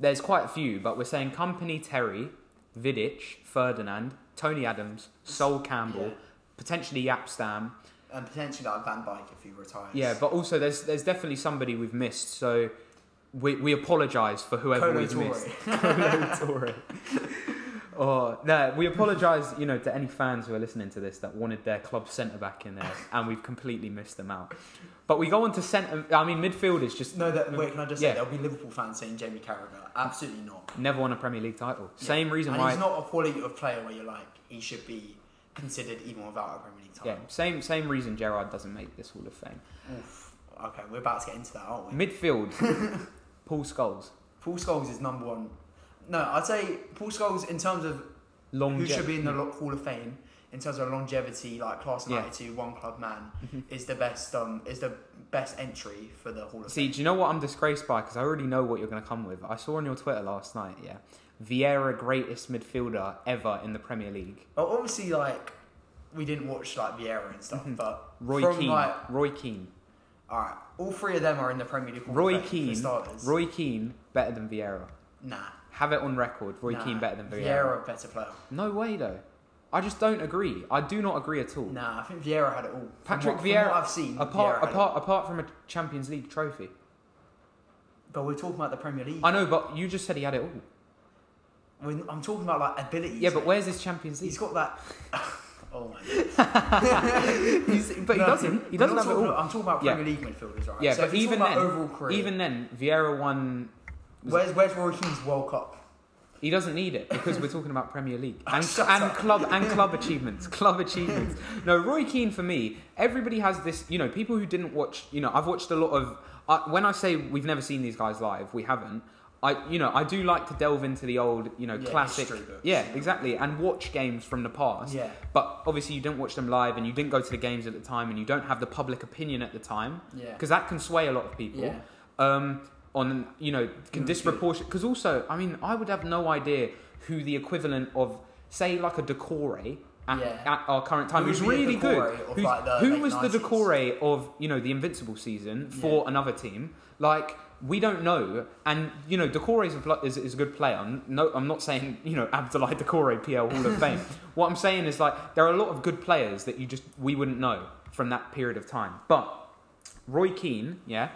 Speaker 1: there's quite a few. But we're saying Company, Terry, Vidic, Ferdinand, Tony Adams, Sol Campbell,
Speaker 2: Yeah.
Speaker 1: potentially Yapstam.
Speaker 2: and potentially like Van Dijk if he retires.
Speaker 1: Yeah, but also there's there's definitely somebody we've missed. So we we apologise for whoever
Speaker 2: Colo
Speaker 1: we've
Speaker 2: Torre.
Speaker 1: missed. Colo Torre. Oh no, we apologise, you know, to any fans who are listening to this that wanted their club centre back in there, and we've completely missed them out. But we go on to centre. I mean, midfield is just
Speaker 2: No, that, wait, can I just
Speaker 1: Yeah.
Speaker 2: say there'll be Liverpool fans saying Jamie Carragher? Absolutely not.
Speaker 1: never won a Premier League title. Same reason
Speaker 2: and
Speaker 1: why.
Speaker 2: he's not a quality of player where you're like he should be considered even without a Premier League
Speaker 1: yeah,
Speaker 2: title.
Speaker 1: same same reason Gerard doesn't make this Hall of Fame.
Speaker 2: Oof. Okay, we're about to get into that, aren't we?
Speaker 1: Midfield, Paul Scholes,
Speaker 2: Paul Scholes is number one. No, I'd say Paul Scholes in terms of
Speaker 1: long.
Speaker 2: who should be in the lo- Hall of Fame in terms of longevity, like class of
Speaker 1: Yeah. Mm-hmm.
Speaker 2: '92, one club man is the best. Um, is the best entry for the Hall of
Speaker 1: See,
Speaker 2: Fame.
Speaker 1: do you know what I'm disgraced by? Because I already know what you're going to come with. I saw on your Twitter last night, yeah, Vieira greatest midfielder ever in the Premier League.
Speaker 2: Well, obviously, like we didn't watch like Vieira and stuff, but
Speaker 1: Mm-hmm. Roy
Speaker 2: from
Speaker 1: Keane.
Speaker 2: like
Speaker 1: Roy Keane.
Speaker 2: all right, all three of them are in the Premier League. Hall of
Speaker 1: Roy
Speaker 2: Fame, for
Speaker 1: Keane.
Speaker 2: starters.
Speaker 1: Roy Keane better than Vieira.
Speaker 2: nah,
Speaker 1: Have it on record. Roy Keane better than Vieira.
Speaker 2: Vieira, better player.
Speaker 1: No way though. I just don't agree. I do not agree at all.
Speaker 2: Nah, I think Vieira had it all. From
Speaker 1: Patrick
Speaker 2: what- from
Speaker 1: Vieira.
Speaker 2: what I've seen. Vieira
Speaker 1: apart
Speaker 2: had it all.
Speaker 1: apart apart from a Champions League trophy.
Speaker 2: But we're talking about the Premier League.
Speaker 1: I know, but you just said he had it all.
Speaker 2: We're- I'm talking about like abilities.
Speaker 1: Yeah, but
Speaker 2: mate.
Speaker 1: where's his Champions League?
Speaker 2: he's got that. oh my god.
Speaker 1: He's- but he
Speaker 2: No,
Speaker 1: doesn't. He
Speaker 2: we're
Speaker 1: doesn't
Speaker 2: not
Speaker 1: have it
Speaker 2: talking
Speaker 1: all.
Speaker 2: about- I'm talking about
Speaker 1: Yeah.
Speaker 2: Premier League midfielders, right?
Speaker 1: Yeah,
Speaker 2: so
Speaker 1: but
Speaker 2: if you're
Speaker 1: even
Speaker 2: talking
Speaker 1: then,
Speaker 2: about overall career,
Speaker 1: even then, Vieira won.
Speaker 2: where's where's Roy Keane's World Cup?
Speaker 1: He doesn't need it because we're talking about Premier League and,
Speaker 2: Shut
Speaker 1: and
Speaker 2: up.
Speaker 1: club and club achievements, club achievements. No, Roy Keane for me. Everybody has this, you know. People who didn't watch, you know, I've watched a lot of. I when I say we've never seen these guys live, we haven't. I, you know, I do like to delve into the old, you know,
Speaker 2: Yeah,
Speaker 1: classic.
Speaker 2: history books,
Speaker 1: Yeah,
Speaker 2: yeah.
Speaker 1: exactly, and watch games from the past.
Speaker 2: Yeah,
Speaker 1: But obviously, you didn't watch them live, and you didn't go to the games at the time, and you don't have the public opinion at the time
Speaker 2: yeah,
Speaker 1: because that can sway a lot of people
Speaker 2: yeah.
Speaker 1: um, on you know can
Speaker 2: Mm,
Speaker 1: disproportion because also I mean I would have no idea who the equivalent of say like a decore at,
Speaker 2: Yeah.
Speaker 1: at our current time
Speaker 2: Who
Speaker 1: who's
Speaker 2: would be a
Speaker 1: really
Speaker 2: Decore
Speaker 1: good
Speaker 2: of,
Speaker 1: who's,
Speaker 2: like, the
Speaker 1: who
Speaker 2: late
Speaker 1: was the
Speaker 2: 90s?
Speaker 1: decore of you know the invincible season for another team like we don't know and you know decore is a, blo- is, is a good player I'm, no I'm not saying you know Abdullah decore PL Hall of Fame what I'm saying is like there are a lot of good players that you just we wouldn't know from that period of time but Roy Keane, yeah.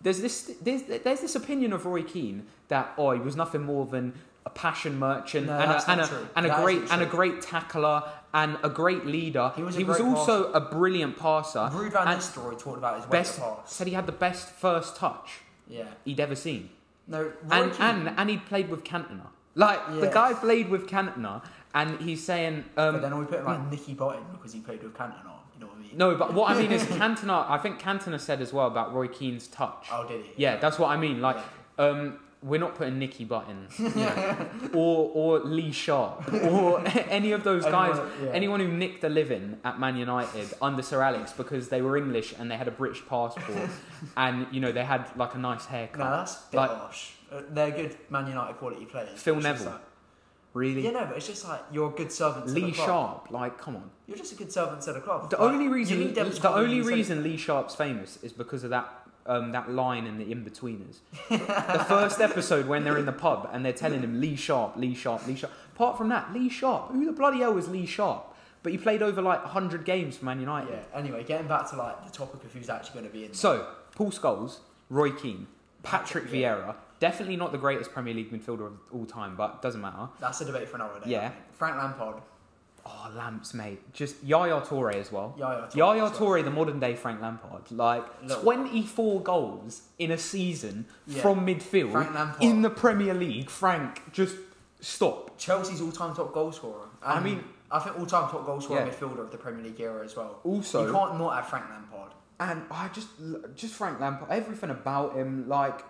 Speaker 1: There's this there's, there's this opinion of Roy Keane that oh he was nothing more than a passion merchant
Speaker 2: No,
Speaker 1: and,
Speaker 2: that's
Speaker 1: a, and,
Speaker 2: not
Speaker 1: a,
Speaker 2: true.
Speaker 1: and a
Speaker 2: That
Speaker 1: great
Speaker 2: isn't
Speaker 1: and a
Speaker 2: true.
Speaker 1: great tackler and a great leader.
Speaker 2: He was a great
Speaker 1: also a brilliant passer.
Speaker 2: Ruud van
Speaker 1: Uh, and
Speaker 2: Nistelrooy talked about his way
Speaker 1: best
Speaker 2: to pass.
Speaker 1: said he had the best first touch
Speaker 2: Yeah.
Speaker 1: he'd ever seen,
Speaker 2: No, Roy
Speaker 1: and
Speaker 2: Keane-
Speaker 1: and and he'd played with Cantona. Like the
Speaker 2: Yeah.
Speaker 1: guy played with Cantona, and he's saying
Speaker 2: but
Speaker 1: um,
Speaker 2: then we put like Nicky Bolton because he played with Cantona. You know what I mean?
Speaker 1: no, but what I mean is Cantona. I think Cantona said as well about Roy Keane's touch.
Speaker 2: Oh, did he?
Speaker 1: Yeah, that's what I mean. Like, um, we're not putting Nicky Button, you know, or or Lee Sharp, or any of those guys.
Speaker 2: Anyone- yeah.
Speaker 1: Anyone who nicked a living at Man United under Sir Alex because they were English and they had a British passport, and you know they had like a nice haircut.
Speaker 2: No, that's a bit
Speaker 1: Like-
Speaker 2: harsh. Uh, They're good Man United quality players.
Speaker 1: Phil
Speaker 2: It's just
Speaker 1: Neville.
Speaker 2: like-
Speaker 1: really,
Speaker 2: yeah, no, but it's just like you're a good servant. To
Speaker 1: Lee
Speaker 2: the club.
Speaker 1: Sharp, like, come on.
Speaker 2: You're just a good servant to the club.
Speaker 1: The
Speaker 2: Like,
Speaker 1: only
Speaker 2: you
Speaker 1: reason
Speaker 2: need them to
Speaker 1: the
Speaker 2: come in
Speaker 1: only
Speaker 2: and say-
Speaker 1: reason Lee Sharp's famous is because of that um, that line in the in betweeners. the first episode when they're in the pub and they're telling him Lee Sharp, Lee Sharp, Lee Sharp. Apart from that, Lee Sharp, who the bloody hell was Lee Sharp? But he played over like hundred games for Man United.
Speaker 2: Yeah. Anyway, getting back to like the topic of who's actually going to be in.
Speaker 1: So Paul Scholes, Roy Keane, Patrick
Speaker 2: Patrick, yeah.
Speaker 1: Vieira, definitely not the greatest Premier League midfielder of all time, but doesn't matter.
Speaker 2: That's a debate for another day.
Speaker 1: Yeah.
Speaker 2: I think. Frank Lampard,
Speaker 1: Oh, lamps, mate. Just Yaya Toure as well.
Speaker 2: Yaya Toure.
Speaker 1: Yaya
Speaker 2: as well.
Speaker 1: Toure, the modern day Frank Lampard, like
Speaker 2: Look.
Speaker 1: 24 goals in a season
Speaker 2: Yeah.
Speaker 1: from midfield
Speaker 2: Frank Lampard.
Speaker 1: in the Premier League. Frank, just stop.
Speaker 2: Chelsea's all-time top goal scorer.
Speaker 1: I
Speaker 2: And
Speaker 1: mean-
Speaker 2: I think all-time top goal scorer
Speaker 1: Yeah.
Speaker 2: midfielder of the Premier League era as well. you
Speaker 1: Also,
Speaker 2: can't not have Frank Lampard.
Speaker 1: and I just, just Frank Lampard, everything about him, like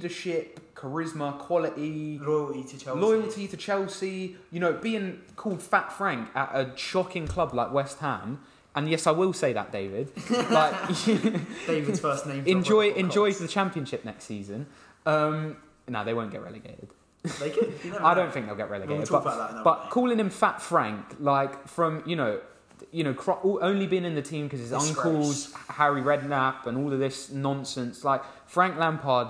Speaker 1: leadership, charisma, quality,
Speaker 2: Loyalty to Chelsea.
Speaker 1: loyalty to Chelsea, you know, being called Fat Frank at a shocking club like West Ham. And yes, I will say that, David. Like,
Speaker 2: David's first name.
Speaker 1: enjoy enjoy the championship next season. Um, no, they won't get relegated.
Speaker 2: They could. You never
Speaker 1: I
Speaker 2: know.
Speaker 1: don't think they'll get
Speaker 2: We'll
Speaker 1: relegated.
Speaker 2: talk
Speaker 1: but
Speaker 2: about that.
Speaker 1: but
Speaker 2: But
Speaker 1: calling him Fat Frank, like from you know, you know, cro- all- only being in the team because his
Speaker 2: Disgrace.
Speaker 1: uncle's Harry Redknapp and all of this nonsense. Like Frank Lampard,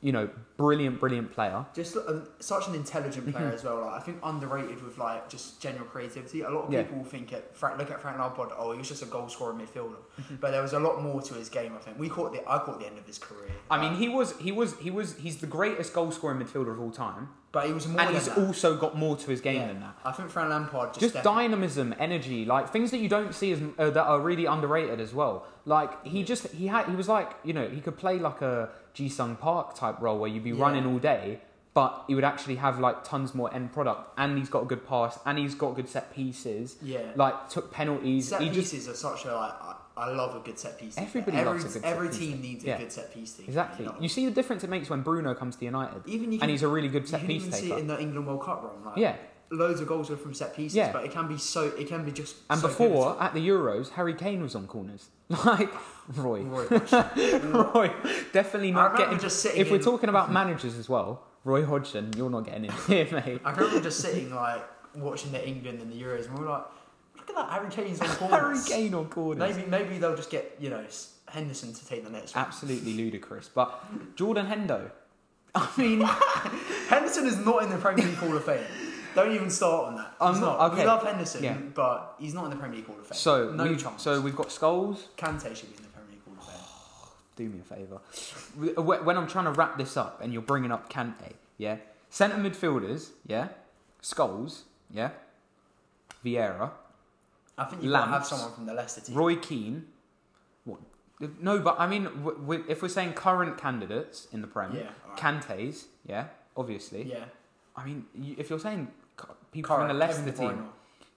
Speaker 1: you know, brilliant, brilliant player.
Speaker 2: just um, such an intelligent
Speaker 1: Mm-hmm.
Speaker 2: player as well. Like I think underrated with like just general creativity. A lot of
Speaker 1: Yeah.
Speaker 2: people think at Frank, look at Frank Lampard. Oh, he was just a goal scorer midfielder.
Speaker 1: Mm-hmm.
Speaker 2: But there was a lot more to his game. I think we caught the I caught the end of his career.
Speaker 1: I mean, he was he was he was he's the greatest goal scoring midfielder of all time,
Speaker 2: but he was more.
Speaker 1: and
Speaker 2: than
Speaker 1: he's
Speaker 2: that.
Speaker 1: also got more to his game
Speaker 2: Yeah.
Speaker 1: than that.
Speaker 2: I think Frank Lampard just,
Speaker 1: just
Speaker 2: definitely-
Speaker 1: dynamism, energy, like things that you don't see as uh, that are really underrated as well. Like he just he had he was like you know he could play like a Ji Sung Park type role where you'd be
Speaker 2: Yeah.
Speaker 1: running all day, but he would actually have like tons more end product, and he's got a good pass, and he's got good set pieces.
Speaker 2: Yeah.
Speaker 1: Like took penalties.
Speaker 2: set
Speaker 1: he just
Speaker 2: pieces are such a like. I, I love a good set piece.
Speaker 1: Everybody
Speaker 2: every,
Speaker 1: loves a good set
Speaker 2: Every
Speaker 1: piece,
Speaker 2: team needs a
Speaker 1: yeah.
Speaker 2: good set piece. Team,
Speaker 1: exactly.
Speaker 2: You know?
Speaker 1: You see the difference it makes when Bruno comes to United,
Speaker 2: even you can,
Speaker 1: and he's a really good
Speaker 2: you
Speaker 1: set
Speaker 2: can
Speaker 1: piece
Speaker 2: even see it
Speaker 1: taker.
Speaker 2: in the England World Cup run. Like,
Speaker 1: Yeah.
Speaker 2: loads of goals are from set pieces,
Speaker 1: Yeah.
Speaker 2: but it can be so. It can be just.
Speaker 1: And
Speaker 2: so
Speaker 1: before at the Euros, Harry Kane was on corners. Like Roy,
Speaker 2: pivotal. Roy Hodgson.
Speaker 1: Roy, definitely
Speaker 2: I
Speaker 1: not
Speaker 2: remember
Speaker 1: getting.
Speaker 2: just sitting.
Speaker 1: if we're
Speaker 2: in-
Speaker 1: talking about managers as well, Roy Hodgson, you're not getting in here, mate.
Speaker 2: I remember just sitting like watching the England and the Euros, and we were like, look at that Harry Kane's on
Speaker 1: Harry
Speaker 2: corners.
Speaker 1: Kane on corners.
Speaker 2: Maybe maybe they'll just get you know S- Henderson to take the next one.
Speaker 1: Absolutely ludicrous. But Jordan Hendo, I mean,
Speaker 2: Henderson is not in the Premier League Hall of Fame. Don't even start on that.
Speaker 1: I'm
Speaker 2: He's
Speaker 1: not-
Speaker 2: not.
Speaker 1: okay.
Speaker 2: We love Henderson,
Speaker 1: Yeah.
Speaker 2: but he's not in the Premier League Hall of Fame.
Speaker 1: so
Speaker 2: no
Speaker 1: we've,
Speaker 2: chance.
Speaker 1: so we've got skulls.
Speaker 2: Kante should be in the Premier League Hall of Fame.
Speaker 1: do me a favour. Wh- When I'm trying to wrap this up and you're bringing up Kante, yeah? Centre midfielders, yeah? Skulls, yeah? Vieira,
Speaker 2: I think you gotta have
Speaker 1: Lamps.
Speaker 2: someone from the Leicester team.
Speaker 1: Roy Keane. What? No, but I mean, w- w- if we're saying current candidates in the Prem,
Speaker 2: Yeah, alright.
Speaker 1: Kante's, yeah, obviously.
Speaker 2: yeah,
Speaker 1: I mean, you, if you're saying cu- people from
Speaker 2: Correct.
Speaker 1: the Leicester
Speaker 2: Kevin De Bruyne.
Speaker 1: team,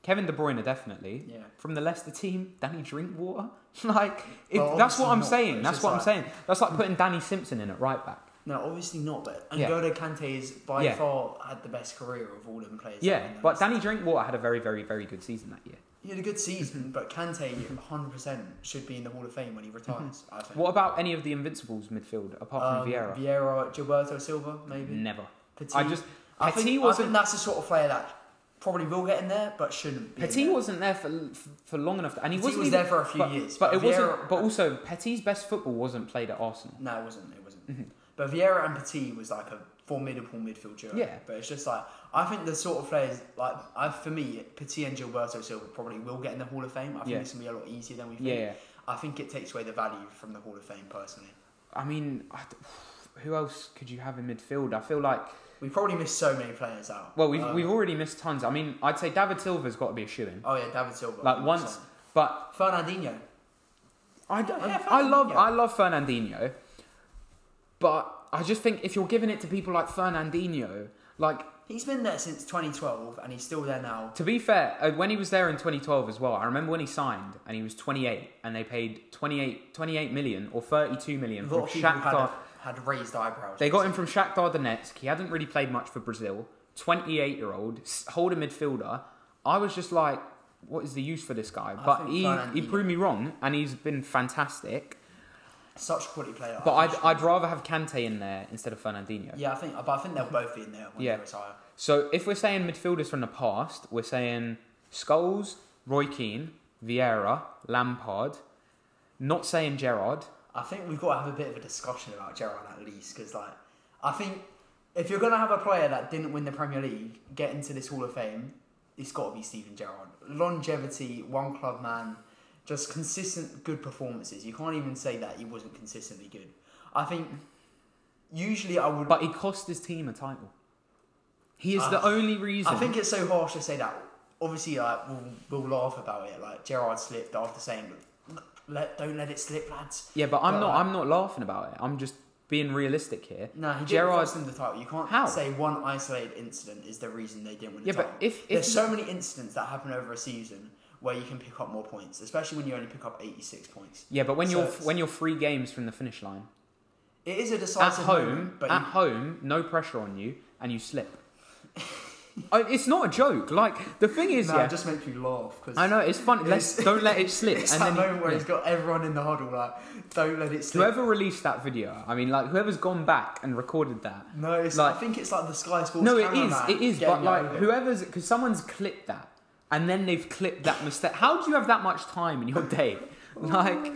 Speaker 1: Kevin De Bruyne, definitely.
Speaker 2: Yeah.
Speaker 1: From the Leicester team, Danny Drinkwater. like, if,
Speaker 2: Well,
Speaker 1: that's what I'm
Speaker 2: obviously not, but
Speaker 1: saying.
Speaker 2: it's
Speaker 1: That's
Speaker 2: just
Speaker 1: what I'm
Speaker 2: like-
Speaker 1: saying. That's like putting Danny Simpson in at right back.
Speaker 2: No, obviously not. But
Speaker 1: Yeah.
Speaker 2: N'Golo Kante is by
Speaker 1: Yeah.
Speaker 2: far had the best career of all them players.
Speaker 1: Yeah,
Speaker 2: in the
Speaker 1: but
Speaker 2: Leicester.
Speaker 1: Danny Drinkwater had a very, very, very good season that year.
Speaker 2: he had a good season. but Kante, 100 percent should be in the Hall of Fame when he retires. I think.
Speaker 1: Mm-hmm. What about any of the Invincibles midfield apart from
Speaker 2: Um,
Speaker 1: Vieira?
Speaker 2: Vieira, Gilberto Silva, maybe.
Speaker 1: Never.
Speaker 2: Petit.
Speaker 1: I just
Speaker 2: I
Speaker 1: Petit
Speaker 2: think, I
Speaker 1: wasn't-
Speaker 2: think that's the sort of player that probably will get in there, but shouldn't be. in
Speaker 1: Petit
Speaker 2: there.
Speaker 1: wasn't there for for long enough, and he
Speaker 2: Petit
Speaker 1: wasn't
Speaker 2: was
Speaker 1: even-
Speaker 2: there for a few
Speaker 1: but,
Speaker 2: years,
Speaker 1: But,
Speaker 2: but
Speaker 1: it wasn't.
Speaker 2: Vieira-
Speaker 1: But also, Petit's best football wasn't played at Arsenal.
Speaker 2: No, it wasn't. It wasn't.
Speaker 1: Mm-hmm.
Speaker 2: But Vieira and Petit was like a formidable midfield duo.
Speaker 1: Yeah.
Speaker 2: But it's just like I think the sort of players like I for me Petit and Gilberto Silva probably will get in the Hall of Fame. I think
Speaker 1: Yeah.
Speaker 2: it's gonna be a lot easier than we think.
Speaker 1: Yeah, yeah.
Speaker 2: I think it takes away the value from the Hall of Fame personally.
Speaker 1: I mean, I d who else could you have in midfield? I feel like
Speaker 2: We probably missed so many players out.
Speaker 1: well, we've
Speaker 2: Um,
Speaker 1: we've already missed tons. I mean, I'd say David Silva's got to be a shoe in.
Speaker 2: Oh yeah, David Silva.
Speaker 1: Like once,
Speaker 2: 100%.
Speaker 1: but
Speaker 2: Fernandinho.
Speaker 1: I, don't,
Speaker 2: Yeah,
Speaker 1: I love
Speaker 2: Fernandinho.
Speaker 1: I love Fernandinho, but I just think if you're giving it to people like Fernandinho, like
Speaker 2: He's been there since 2012 and he's still there now.
Speaker 1: to be fair, uh, when he was there in 2012 as well, I remember when he signed and he was 28 and they paid 28, 28 million or 32
Speaker 2: A
Speaker 1: million
Speaker 2: lot
Speaker 1: from
Speaker 2: of people had,
Speaker 1: Shakhtar.
Speaker 2: had raised eyebrows.
Speaker 1: They got him from Shakhtar Donetsk. He hadn't really played much for Brazil. 28 year old holder midfielder. I was just like, what is the use for this guy?
Speaker 2: I
Speaker 1: But
Speaker 2: think
Speaker 1: he, he
Speaker 2: Fernandinho-
Speaker 1: proved me wrong and he's been fantastic.
Speaker 2: Such a quality player.
Speaker 1: But
Speaker 2: I
Speaker 1: I'd,
Speaker 2: think
Speaker 1: I'd rather have Kante in there instead of Fernandinho.
Speaker 2: Yeah, I think, but I think they'll both be in there when
Speaker 1: Yeah.
Speaker 2: they retire.
Speaker 1: So if we're saying midfielders from the past, we're saying Scholes, Roy Keane, Vieira, Lampard. Not saying Gerard.
Speaker 2: I think we've got to have a bit of a discussion about Gerard at least, because like, I think if you're gonna have a player that didn't win the Premier League get into this Hall of Fame, it's got to be Steven Gerrard. Longevity, one club man, just consistent good performances. You can't even say that he wasn't consistently good. I think usually I would.
Speaker 1: But he cost his team a title. He is
Speaker 2: Uh,
Speaker 1: the only reason.
Speaker 2: I think it's so harsh to say that. Obviously, like we'll, we'll laugh about it. Like Gerard slipped after saying, "Let don't let it slip, lads."
Speaker 1: yeah, but I'm
Speaker 2: but,
Speaker 1: not.
Speaker 2: like-
Speaker 1: I'm not laughing about it. I'm just being realistic here.
Speaker 2: No, he didn't
Speaker 1: Gerrard.
Speaker 2: cost them the title. You can't
Speaker 1: How?
Speaker 2: say one isolated incident is the reason they didn't win the
Speaker 1: Yeah, but
Speaker 2: title.
Speaker 1: if- if-
Speaker 2: there's so many incidents that happen over a season where you can pick up more points, especially when you only pick up 86 points.
Speaker 1: Yeah, but when
Speaker 2: So
Speaker 1: you're
Speaker 2: it's-
Speaker 1: when you're three games from the finish line
Speaker 2: It is a
Speaker 1: at
Speaker 2: decisive
Speaker 1: home,
Speaker 2: moment, but
Speaker 1: at
Speaker 2: you,
Speaker 1: home, no pressure on you, and you slip. I- it's not a joke. Like the thing is,
Speaker 2: no,
Speaker 1: yeah,
Speaker 2: it just makes you laugh because
Speaker 1: I know it's funny. Let's
Speaker 2: It's-
Speaker 1: don't let it slip.
Speaker 2: It's
Speaker 1: and
Speaker 2: that
Speaker 1: then
Speaker 2: moment where
Speaker 1: yeah.
Speaker 2: he's got everyone in the huddle like, don't let it slip.
Speaker 1: Whoever released that video, I mean, like whoever's gone back and recorded that.
Speaker 2: no, it's,
Speaker 1: like-
Speaker 2: I think it's like the Sky Sports.
Speaker 1: No, it is,
Speaker 2: cameraman
Speaker 1: it is.
Speaker 2: getting
Speaker 1: But like
Speaker 2: over it.
Speaker 1: whoever's, because someone's clipped that, and then they've clipped that mistake. How do you have that much time in your day? Like,